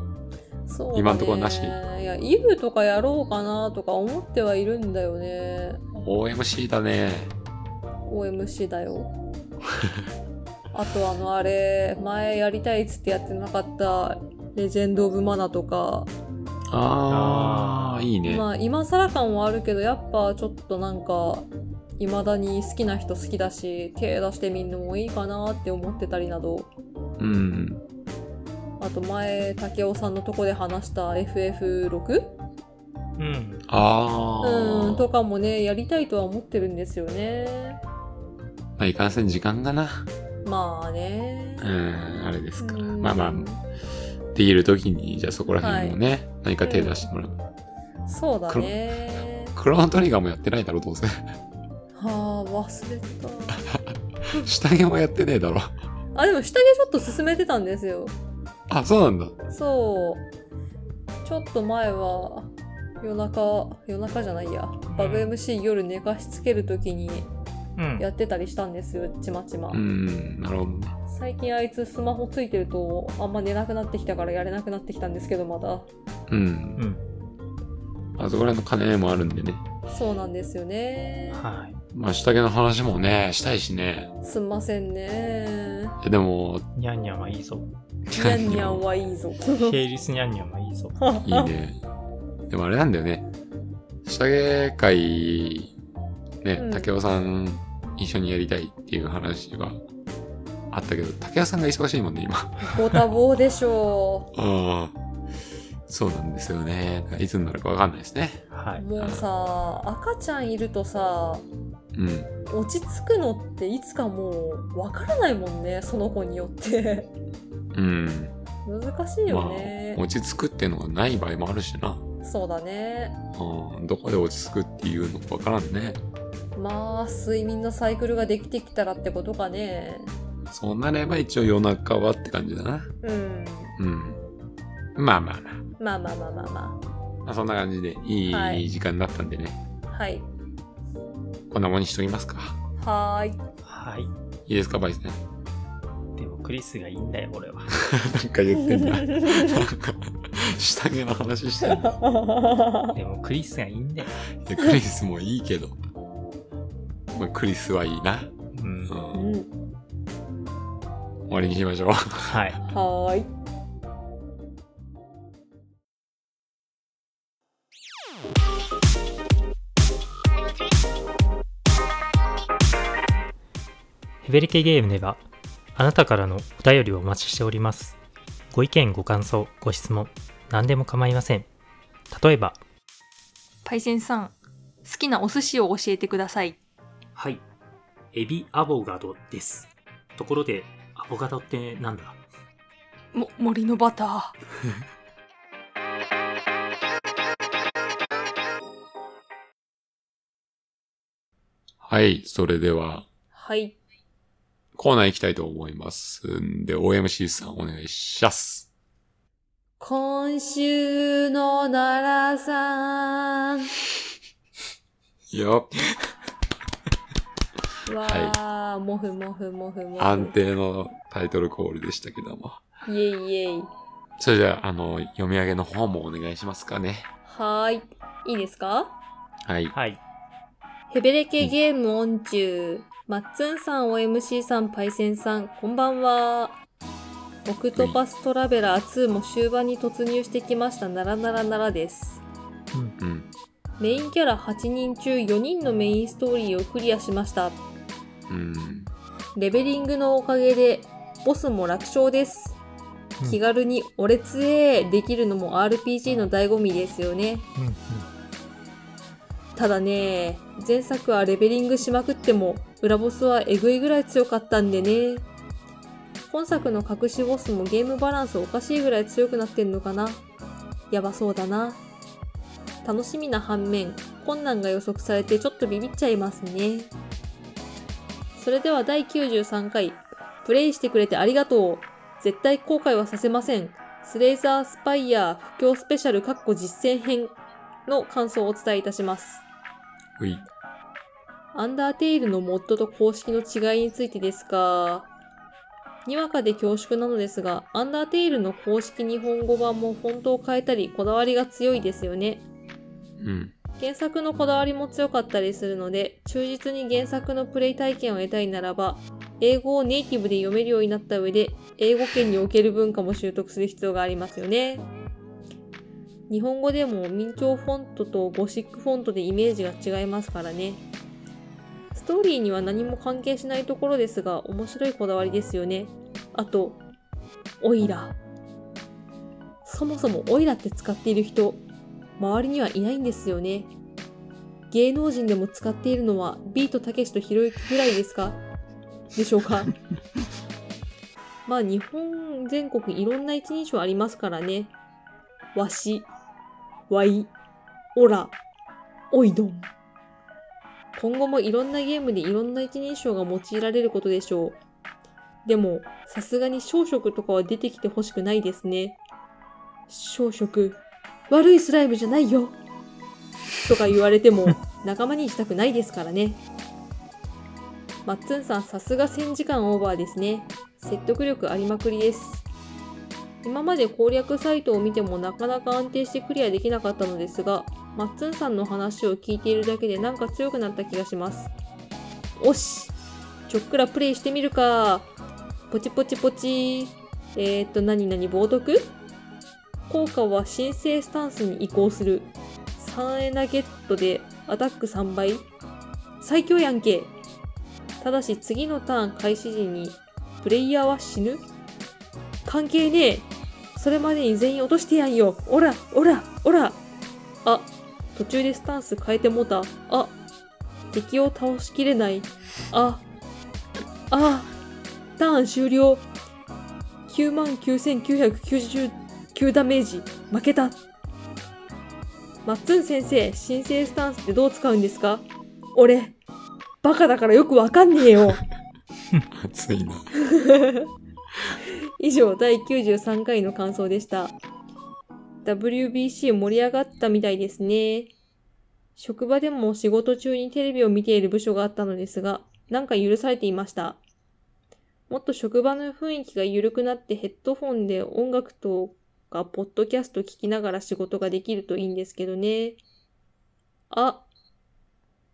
B: そうだね
A: 今んとこなし
B: いや、イブとかやろうかなとか思ってはいるんだよね。
A: OMC だね。
B: OMC だよ。 あとあのあれ、前やりたいっつってやってなかった、レジェンド・オブ・マナとか、
A: あ
C: あ
A: ー、
C: ー
A: いいね。
B: まあ今更感はあるけど、やっぱちょっとなんか、未だに好きな人好きだし、手出してみるのもいいかなって思ってたりなど、
A: うん。
B: あと前、竹雄さんのとこで話した FF6?
C: うん。
A: あー。
B: うん、とかもね、やりたいとは思ってるんですよね。
A: まあいかんせん時間がな。
B: まあね。
A: うん、あれですから。
B: うん
A: まあまあ、できる時に、じゃあそこら辺もね、何か手出してもらう。
B: そうだね。
A: クロノトリガーもやってないだろ、 どうせ。
B: はあ、忘れてた。
A: 下着もやってねえだろ。
B: あ、でも下着ちょっと進めてたんですよ。
A: あ、そうなんだ。
B: そう。ちょっと前は、夜中、夜中じゃないや。バグ MC 夜寝かしつけるときに
C: うん。
B: やってたりしたんですよ、ちまちま
A: う。ん、なるほどね。
B: 最近あいつスマホついてると、あんま寝なくなってきたからやれなくなってきたんですけど、まだ。
A: う。
C: うんん。
A: あそこら辺の金もあるんでね。
B: そうなんですよね。
C: はい。
A: まあ下着の話もね、したいしね。
B: すんませんね。
A: えでも、
C: ニャンニャンはいいぞ。
B: ニャンニャンはいいぞ。
C: ヘイリスニャンニャンはいいぞ。
A: いいね。でもあれなんだよね。下着会、
B: う
A: ね
B: ん、
A: 竹雄さん一緒にやりたいっていう話はあったけど、竹雄さんが忙しいもんね、今。
B: ご多忙でしょ
A: ああ、そうなんですよね。いつになるかわかんないですね。
C: は
B: う。
C: い。
B: もうさ、赤ちゃんいるとさ、
A: うん。
B: 落ち着くのっていつかもうわからないもんねその子によって
A: うん。
B: 難しい
A: ま
B: よね
A: あ、、落ち着くっていうのがない場合もあるしな。
B: そうだね
A: うん。どこで落ち着くっていうのかわからんね。
B: まあ睡眠のサイクルができてきたらってことかね
A: そうなれば一応夜中はって感じだな。
B: うん
A: うん。まあまあま
B: まあまあまあまあま
A: あ。まあ、そんな感じでい
B: はいい
A: 時間だったんでね。
B: あはい
A: こんなもんにしときますか。
B: は ーい
C: はい。
A: いいですか、バイスね。
C: でもクリスがいいんだよ、俺は。
A: なんか言ってんだ。なんか、 下着の話してんだ。
C: でもクリスがいいんだよ。
A: いやクリスもいいけど。まあ、クリスはいいな。
C: う
A: うんん。。
B: う
A: 終
B: ん
A: わりにしましょう。
C: はい。
B: はーい
C: ヘベリケゲームではあなたからのお便りをお待ちしております。ご意見、ご感想、ご質問、何でも構いません。例えば、
B: パイセンさん好きなお寿司を教えてください
C: はい、エビアボガドです。ところで、アボガドってなんだ
B: も森のバター
A: はい、それでは、
B: はい
A: コーナー行きたいと思いますんで、OMC さんお願いします。
B: 今週の奈良さん
A: よっ。
B: わあ、もふもふもふもふ。
A: 安定のタイトルコールでしたけども。
B: イェイイェイ。
A: それじゃあ、あの、読み上げの方もお願いしますかね。
B: はーい。いいですか
A: はい。
C: はい。
B: ヘベレケゲームオン中。マッツンさん、OMC さん、パイセンさん、こんばんは。オクトパストラベラー2も終盤に突入してきました。ならならならです。
A: うん。
B: メインキャラ8人中4人のメインストーリーをクリアしました。
A: うん。
B: レベリングのおかげで、ボスも楽勝です。気軽に「俺つえ!」できるのも RPG の醍醐味ですよね
C: うんうん
B: ただね前作はレベリングしまくっても裏ボスはえぐいぐらい強かったんでね本作の隠しボスもゲームバランスおかしいぐらい強くなってんのかなやばそうだな楽しみな反面困難が予測されてちょっとビビっちゃいますねそれでは第93回プレイしてくれてありがとう絶対後悔はさせません。スレイザースパイヤー不況スペシャルかっこ実践編の感想をお伝えいたします。
A: うい。
B: アンダーテイルのモッドと公式の違いについてですが、にわかで恐縮なのですが、アンダーテイルの公式日本語版もフォントを変えたり、こだわりが強いですよね。
A: うん。
B: 原作のこだわりも強かったりするので忠実に原作のプレイ体験を得たいならば英語をネイティブで読めるようになった上で英語圏における文化も習得する必要がありますよね日本語でも明朝フォントとゴシックフォントでイメージが違いますからねストーリーには何も関係しないところですが面白いこだわりですよねあとオイラそもそもオイラって使っている人周りにはいないんですよね芸能人でも使っているのはビートたけしとひろゆきぐらいですかでしょうか まあ日本全国いろんな一人称ありますからねわしわいおらおいどん今後もいろんなゲームでいろんな一人称が用いられることでしょうでもさすがに小食とかは出てきてほしくないですね小食悪いスライムじゃないよとか言われても仲間にしたくないですからねマッツンさんさすが1000時間オーバーですね説得力ありまくりです今まで攻略サイトを見てもなかなか安定してクリアできなかったのですがマッツンさんの話を聞いているだけでなんか強くなった気がしますおしちょっくらプレイしてみるかポチポチポチえー、っと何々冒涜効果は申請スタンスに移行する3エナゲットでアタック3倍最強やんけただし次のターン開始時にプレイヤーは死ぬ関係ねえそれまでに全員落としてやんよオラオラオラあ途中でスタンス変えてもうたあ敵を倒しきれないああターン終了9万9990 9ダメージ負けたマッツン先生申請スタンスってどう使うんですか俺バカだからよくわかんねえよ。
A: 熱いな。
B: 以上、第93回の感想でした。WBC 盛り上がったみたいですね。職場でも仕事中にテレビを見ている部署があったのですが、なんか許されていました。もっと職場の雰囲気が緩くなってヘッドフォンで音楽とかポッドキャスト聞きながら仕事ができるといいんですけどね。あ、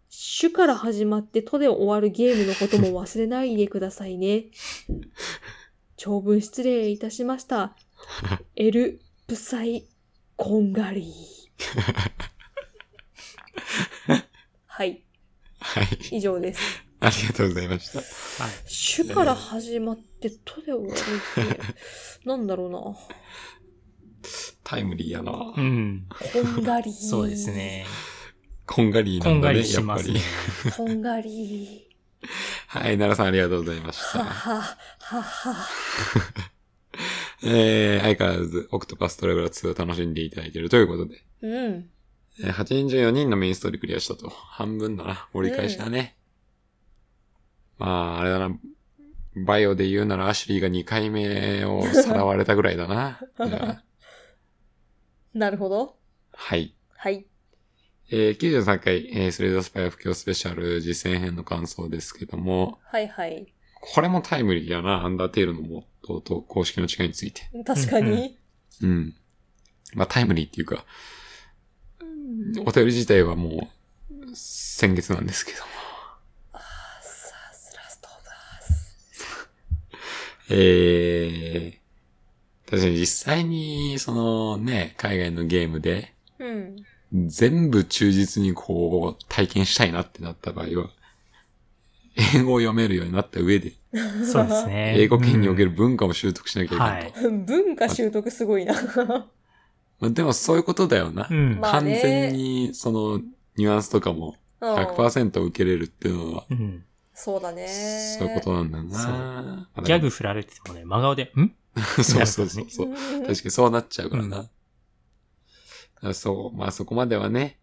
B: 主から始まってとで終わるゲームのことも忘れないでくださいね。長文失礼いたしました。エルプサイコンガリー。はい、
A: はい。
B: 以上です。
A: ありがとうございました。
B: 主から始まってとで終わるゲーム。なんだろ
A: タイムリーやな。
C: うん。
B: うな。こんがりー。
C: そうです。ね。
A: こんがり
C: こ
A: なんん
C: が
A: だね、
C: りし
A: やっ
C: ま
A: ぱ
C: す
A: り
C: ね。。
B: こんがりー。
A: はい、奈良さんあり がとうございまし
B: は
A: た。
B: は、はは。
A: えー、相変わらず、オクトパストラベラー2を楽しんでいただいているということで、
B: うん。
A: えー84人のメインストーリークリアしたと。半分だな。折り返しだね。まあ、あれだな。バイオで言うならアシュリーが2回目をさらわれたぐらいだ な。だから
B: なるほど。
A: はい。
B: はい。
A: えー、93回、えースレイドスパイア不況スペシャル実践編の感想ですけども、
B: はいはい。
A: これもタイムリーやな、アンダーテールのモットーと公式の違いについて。
B: 確かに。
A: うん。まあタイムリーっていうか、お便り自体はもう、先月なんですけども。
B: あさすラストオブアース。
A: えー、確かに実際に、そのね、海外のゲームで、
B: うん。
A: 全部忠実にこう、体験したいなってなった場合は、英語を読めるようになった上で、
C: そうです。 ね。
A: 英語圏における
C: うん
A: 文化も習得しなきゃいけな。
C: はいい。
B: 文化習得す ごいな。
A: まあ、でもそういうことだよな。
C: うん。
B: まあ
A: 完
B: ね
A: 全に、その、ニュアンスとかも
B: うん
A: 100%受けれるっていうのは、
C: うん。
B: そうだね。
A: そういうことなんだ
C: そう
A: な。
C: ギャ
A: グ
C: グ振られててもね、真顔で、ん
A: そうそうそうそう。
B: 確
A: 確かにそうなっちゃうからな。
C: うん
A: だからそう、まあそこまではね、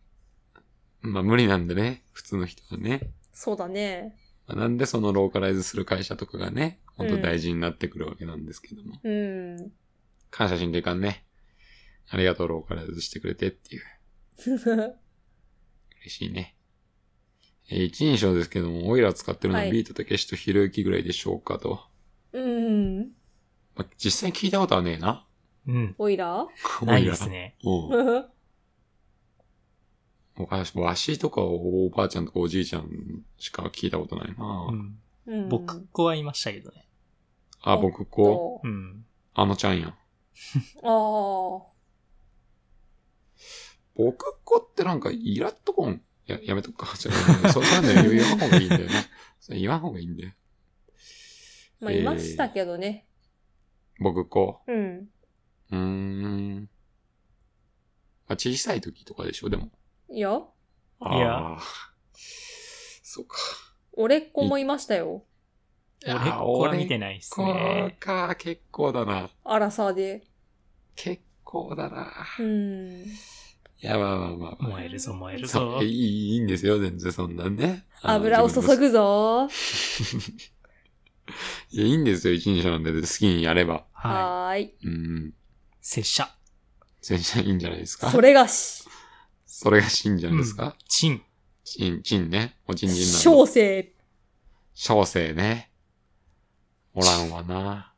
A: まあ無理なんでね、普通の人はね。
B: そうだね。
A: まあなんでそのローカライズする会社とかがね、本当大事になってくるわけなんですけども。
B: うん。
A: 感謝しんといかんね。ありがとう、ローカライズしてくれてっていう。嬉しいね。えー一人称ですけども、オイラ使ってるのは
B: はい
A: ビートたけしとひろゆきぐらいでしょうかと。
B: うん。
A: まあ、実際に聞いたことはねえな。
C: うん。
B: オイラ
C: ないですね。
A: おう。昔、わしとかおばあちゃんとかおじいちゃんしか聞いたことないな。
C: うん。
B: うん
C: 僕っ子はいましたけどね。
A: あ、僕こう、
B: と
C: うん。
A: あのちゃんやん。
B: あ
A: 僕っ子ってなんかイラっとこん。や、やめとくか。 ちょっとそうなんだよ。言わん方がいいんだよね。 それ言わん方がいいんだよ。
B: あ。まあ、
A: えー
B: いましたけどね。
A: 僕っ子。
B: うん。
A: うーん。あ、小さい時とかでしょ、でも。
B: いや、
A: あー
C: いや。
A: そうか。
B: 俺っ子もいましたよ。
C: 俺っ子は見てないっす
A: こ
C: ね
A: う。か、結構だな。
B: アラサーで。
A: 結構だな。
B: うん。
A: いや、まあまあまあまあ。
C: 燃えるぞ、燃える
A: そ
C: ぞ
A: う、い。い、いいんですよ、全然そんなんね。
B: 油を注
A: あの。自分の
B: ぐぞ。
A: いや、いいんですよ、一人称なんで、好きにやれば。
C: は
B: はーい。
A: うん。
C: い。拙者、
A: 全然いいんじゃないですか。
B: それがし、
A: それがしんじゃないですか。
C: チン。
A: ちん、ちんね。おちんじんな
B: 小生。
A: 小生ね。おらんわな。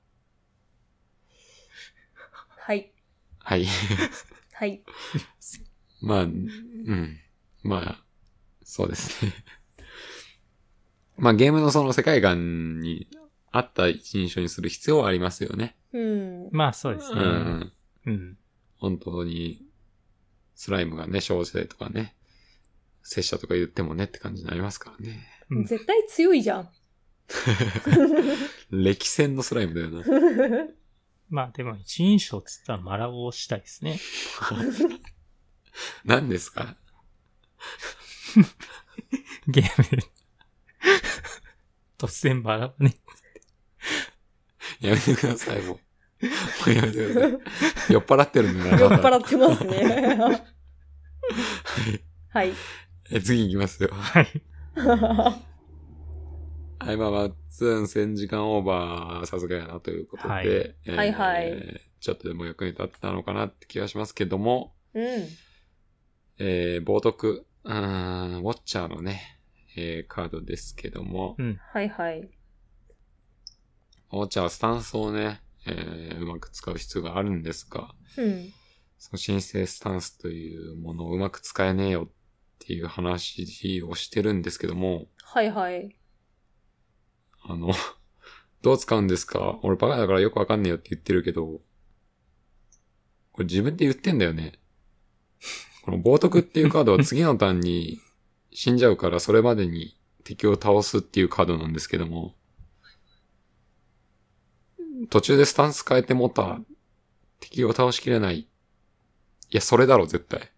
B: はい。
A: はい。
B: はい。
A: まあ、うん。まあ、そうですね。まあ、ゲームのその世界観に合った一人称にする必要はありますよね。
B: うん。
C: まあそうです
A: う
C: ね。
A: ん。
C: うん。
A: 本当に、スライムがね、小生とかね、拙者とか言ってもねって感じになりますからね。
C: うん
B: 絶対強いじゃん。
A: 歴戦のスライムだよな。
C: まあでも、一人称つったらマラオをしたいですね。
A: 何ですか
C: ゲームで。 突然マラオね。
A: やめてください、もう。もうやめてください。酔っ払ってるんだ
B: 酔っ
A: よな。
B: 払ってますね。はい。
A: え次行きますよ。
C: はい。
A: はい、まあ、まっつん1000時間オーバー、さすがやなということで、
C: はい
A: えー
B: はいはい
A: ちょっとでも役に立ったのかなって気がしますけども、
B: うん。
A: えー、冒涜、うーん、ウォッチャーのね、えー、カードですけども、
C: うん。
B: はいはい。
A: ウォッチャーはスタンスをね、えー、うまく使う必要があるんですが、
B: うん。
A: その申請スタンスというものをうまく使えねえよっていう話をしてるんですけども、
B: はいはい。
A: あの、 どう使うんですか俺バカだからよくわかんねえよって言ってるけど、これ自分で言ってんだよね。この冒涜っていうカードは次のターンに死んじゃうからそれまでに敵を倒すっていうカードなんですけども、途中でスタンス変えてもった敵を倒しきれない。いや、それだろ、絶対。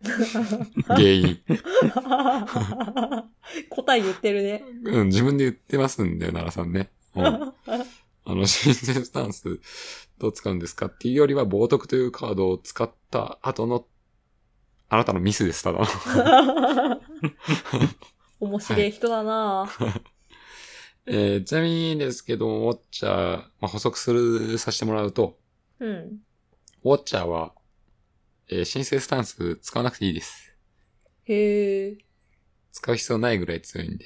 A: 原因。
B: 答え言ってるね。
A: うん、自分で言ってますんだよ、奈良さんね。うんあの、新鮮スタンス、どう使うんですかっていうよりは、冒涜というカードを使った後の、あなたのミスです、ただの。
B: 面白い人だなぁ
A: えーちなみにですけど、ウォッチャー、まあ、補足する、させてもらうと、
B: うん。
A: ウォッチャーは、えー、新生スタンス使わなくていいです。
B: へえ。
A: 使う必要ないぐらい強いんで。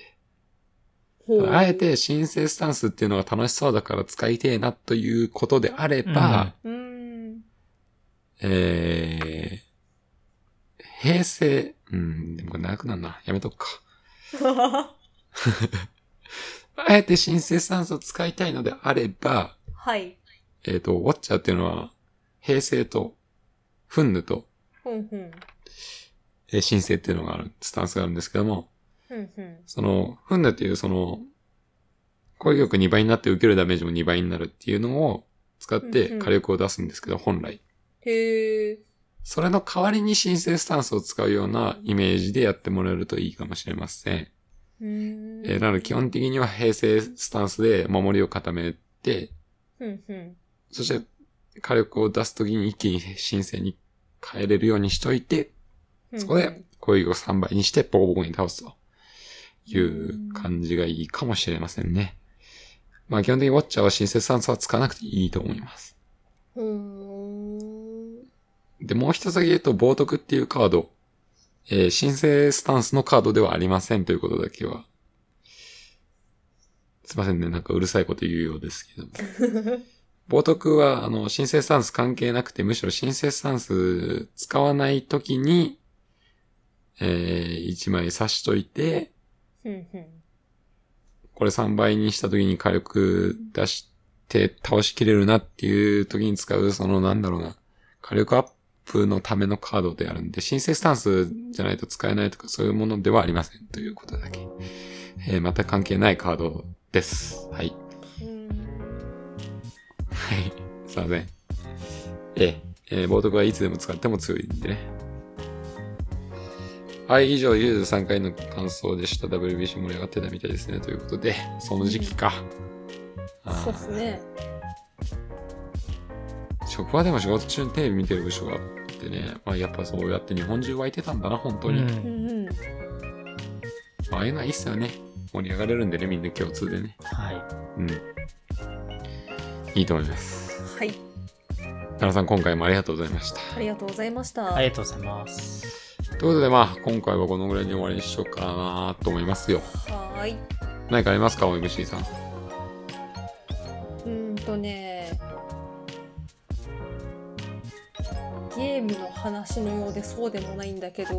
B: ほう
A: あえ。て、新生スタンスっていうのが楽しそうだから使いてえなということであれば、
B: うーん。
A: えー、平成、うん、でもこれ長くなるな。やめとくか。あえて新生酸素を使いたいのであれば、
B: はい。
A: えっ、と、ウォッチャーっていうのは、平成と、フンヌと、
B: ふんふん。
A: えー、新生っていうのがある、スタンスがあるんですけども、
B: ふんふん。
A: その、フンヌっていうその、攻撃力2倍になって受けるダメージも2倍になるっていうのを使っ
B: うんう
A: て
B: ん
A: 火力を出すんですけど、本来。
B: へえ。
A: それの代わりに新生スタンスを使うようなイメージでやってもらえるといいかもしれません。
B: うーん
A: えーなので基本的には平成スタンスで守りを固めて、
B: ふんふん。
A: そして、火力を出すときに一気に申請に変えれるようにしといて、
B: ふんふん
A: そこで、攻撃を3倍にして、ボコボコに倒すという感じがいいかもしれませんね。まあ、基本的にウォッチャーは新設酸素は使わなくていいと思います。
B: うーん。
A: で、もう一つだけ言うと、冒涜っていうカード、えー、申請スタンスのカードではありませんということだけは。すいませんね、なんかうるさいこと言うようですけども。冒涜は、あの、申請スタンス関係なくて、むしろ申請スタンス使わないときに、えー、1枚刺しといて、
B: ふんふん。
A: これ3倍にしたときに火力出して倒しきれるなっていうときに使う、そのなんだろうな、火力アップのためのカードであるんで、申請スタンスじゃないと使えないとかそういうものではありませんということだけ。えー、また関係ないカードです。はい。
B: うーん
A: はい。すいません。ええ、えー、冒涜はいつでも使っても強いんでね。はい、以上、ゆうず3回の感想でした。WBC 盛り上がってたみたいですね。ということで、その時期か。あ
B: そうっすね。
A: あ、職場でも仕事中にテレビ見てる部署があってね、まあやっぱそうやって日本中湧いてたんだな、本当に。
C: う
B: うんんうん。
A: まあああいうのはいいっすよね。盛り上がれるんでね、みんな共通でね。
C: はい。
A: うん。いいと思います。
B: はい。
A: 田中さん、今回もありがとうございました。
B: ありがとうございました。
C: ありがとうございます。
A: ということで、まあ、今回はこのぐらいに終わりにしようかなと思いますよ。
B: はーい。
A: 何かありますか ?OMC さん。
B: うーんとねゲームの話のようでそうでもないんだけど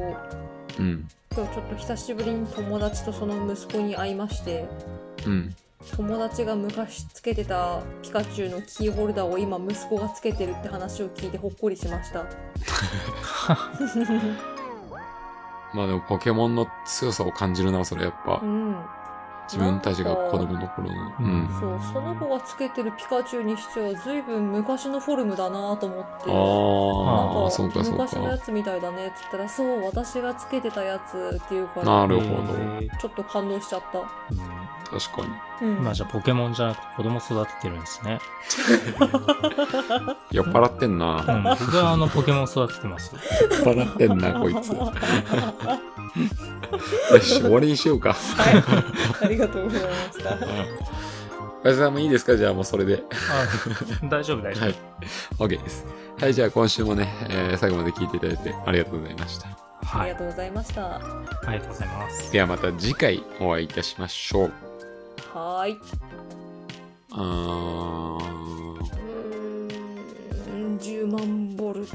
A: うん。
B: 今日ちょっと久しぶりに友達とその息子に会いまして
A: うん。
B: 友達が昔つけてたピカチュウのキーホルダーを今息子がつけてるって話を聞いてほっこりしました
A: まあでも、ポケモンの強さを感じるな、それやっぱ
B: う。ん
A: 自分たちが子供の頃の。う
C: うん
A: ん。
B: そうその子がつけてるピカチュウにしては随分昔のフォルムだなと思って
A: あ
B: なん
A: あ、
B: か
A: そうかそう
B: 昔のや
A: か。
B: つみたいだねっつったらそう私がつけてたやつっていうから
A: なるほど。
C: うん
B: ちょっと感動しちゃった。
C: うん
A: 確かに。
B: うん
C: まあじゃあポケモンじゃなくて子供育ててるんですね。
A: 酔っ払ってんな。
C: う
A: 酔
C: ん、僕はあのポケモン育て てますよ。
A: っ払ってん な、こいつ。 よし、終わりにしようか。
B: はい。ありがとうございました。
A: おやすさんもいいですかじゃあもうそれで。
C: あ大丈夫大丈夫。
A: はい。OK です。はい、じゃあ今週もね、えー最後まで聞いていただいてありがとうございました。
B: あ
C: は
B: り
C: い
B: が。とうございました。
C: ありがとうございます。
A: ではまた次回お会いいたしましょう。
B: はーい。
A: あー
B: うーん、10万ボル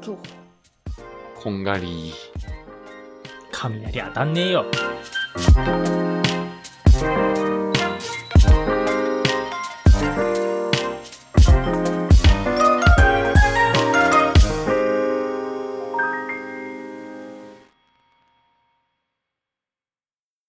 B: ト。
A: こんがり
C: 雷当たんねえよ。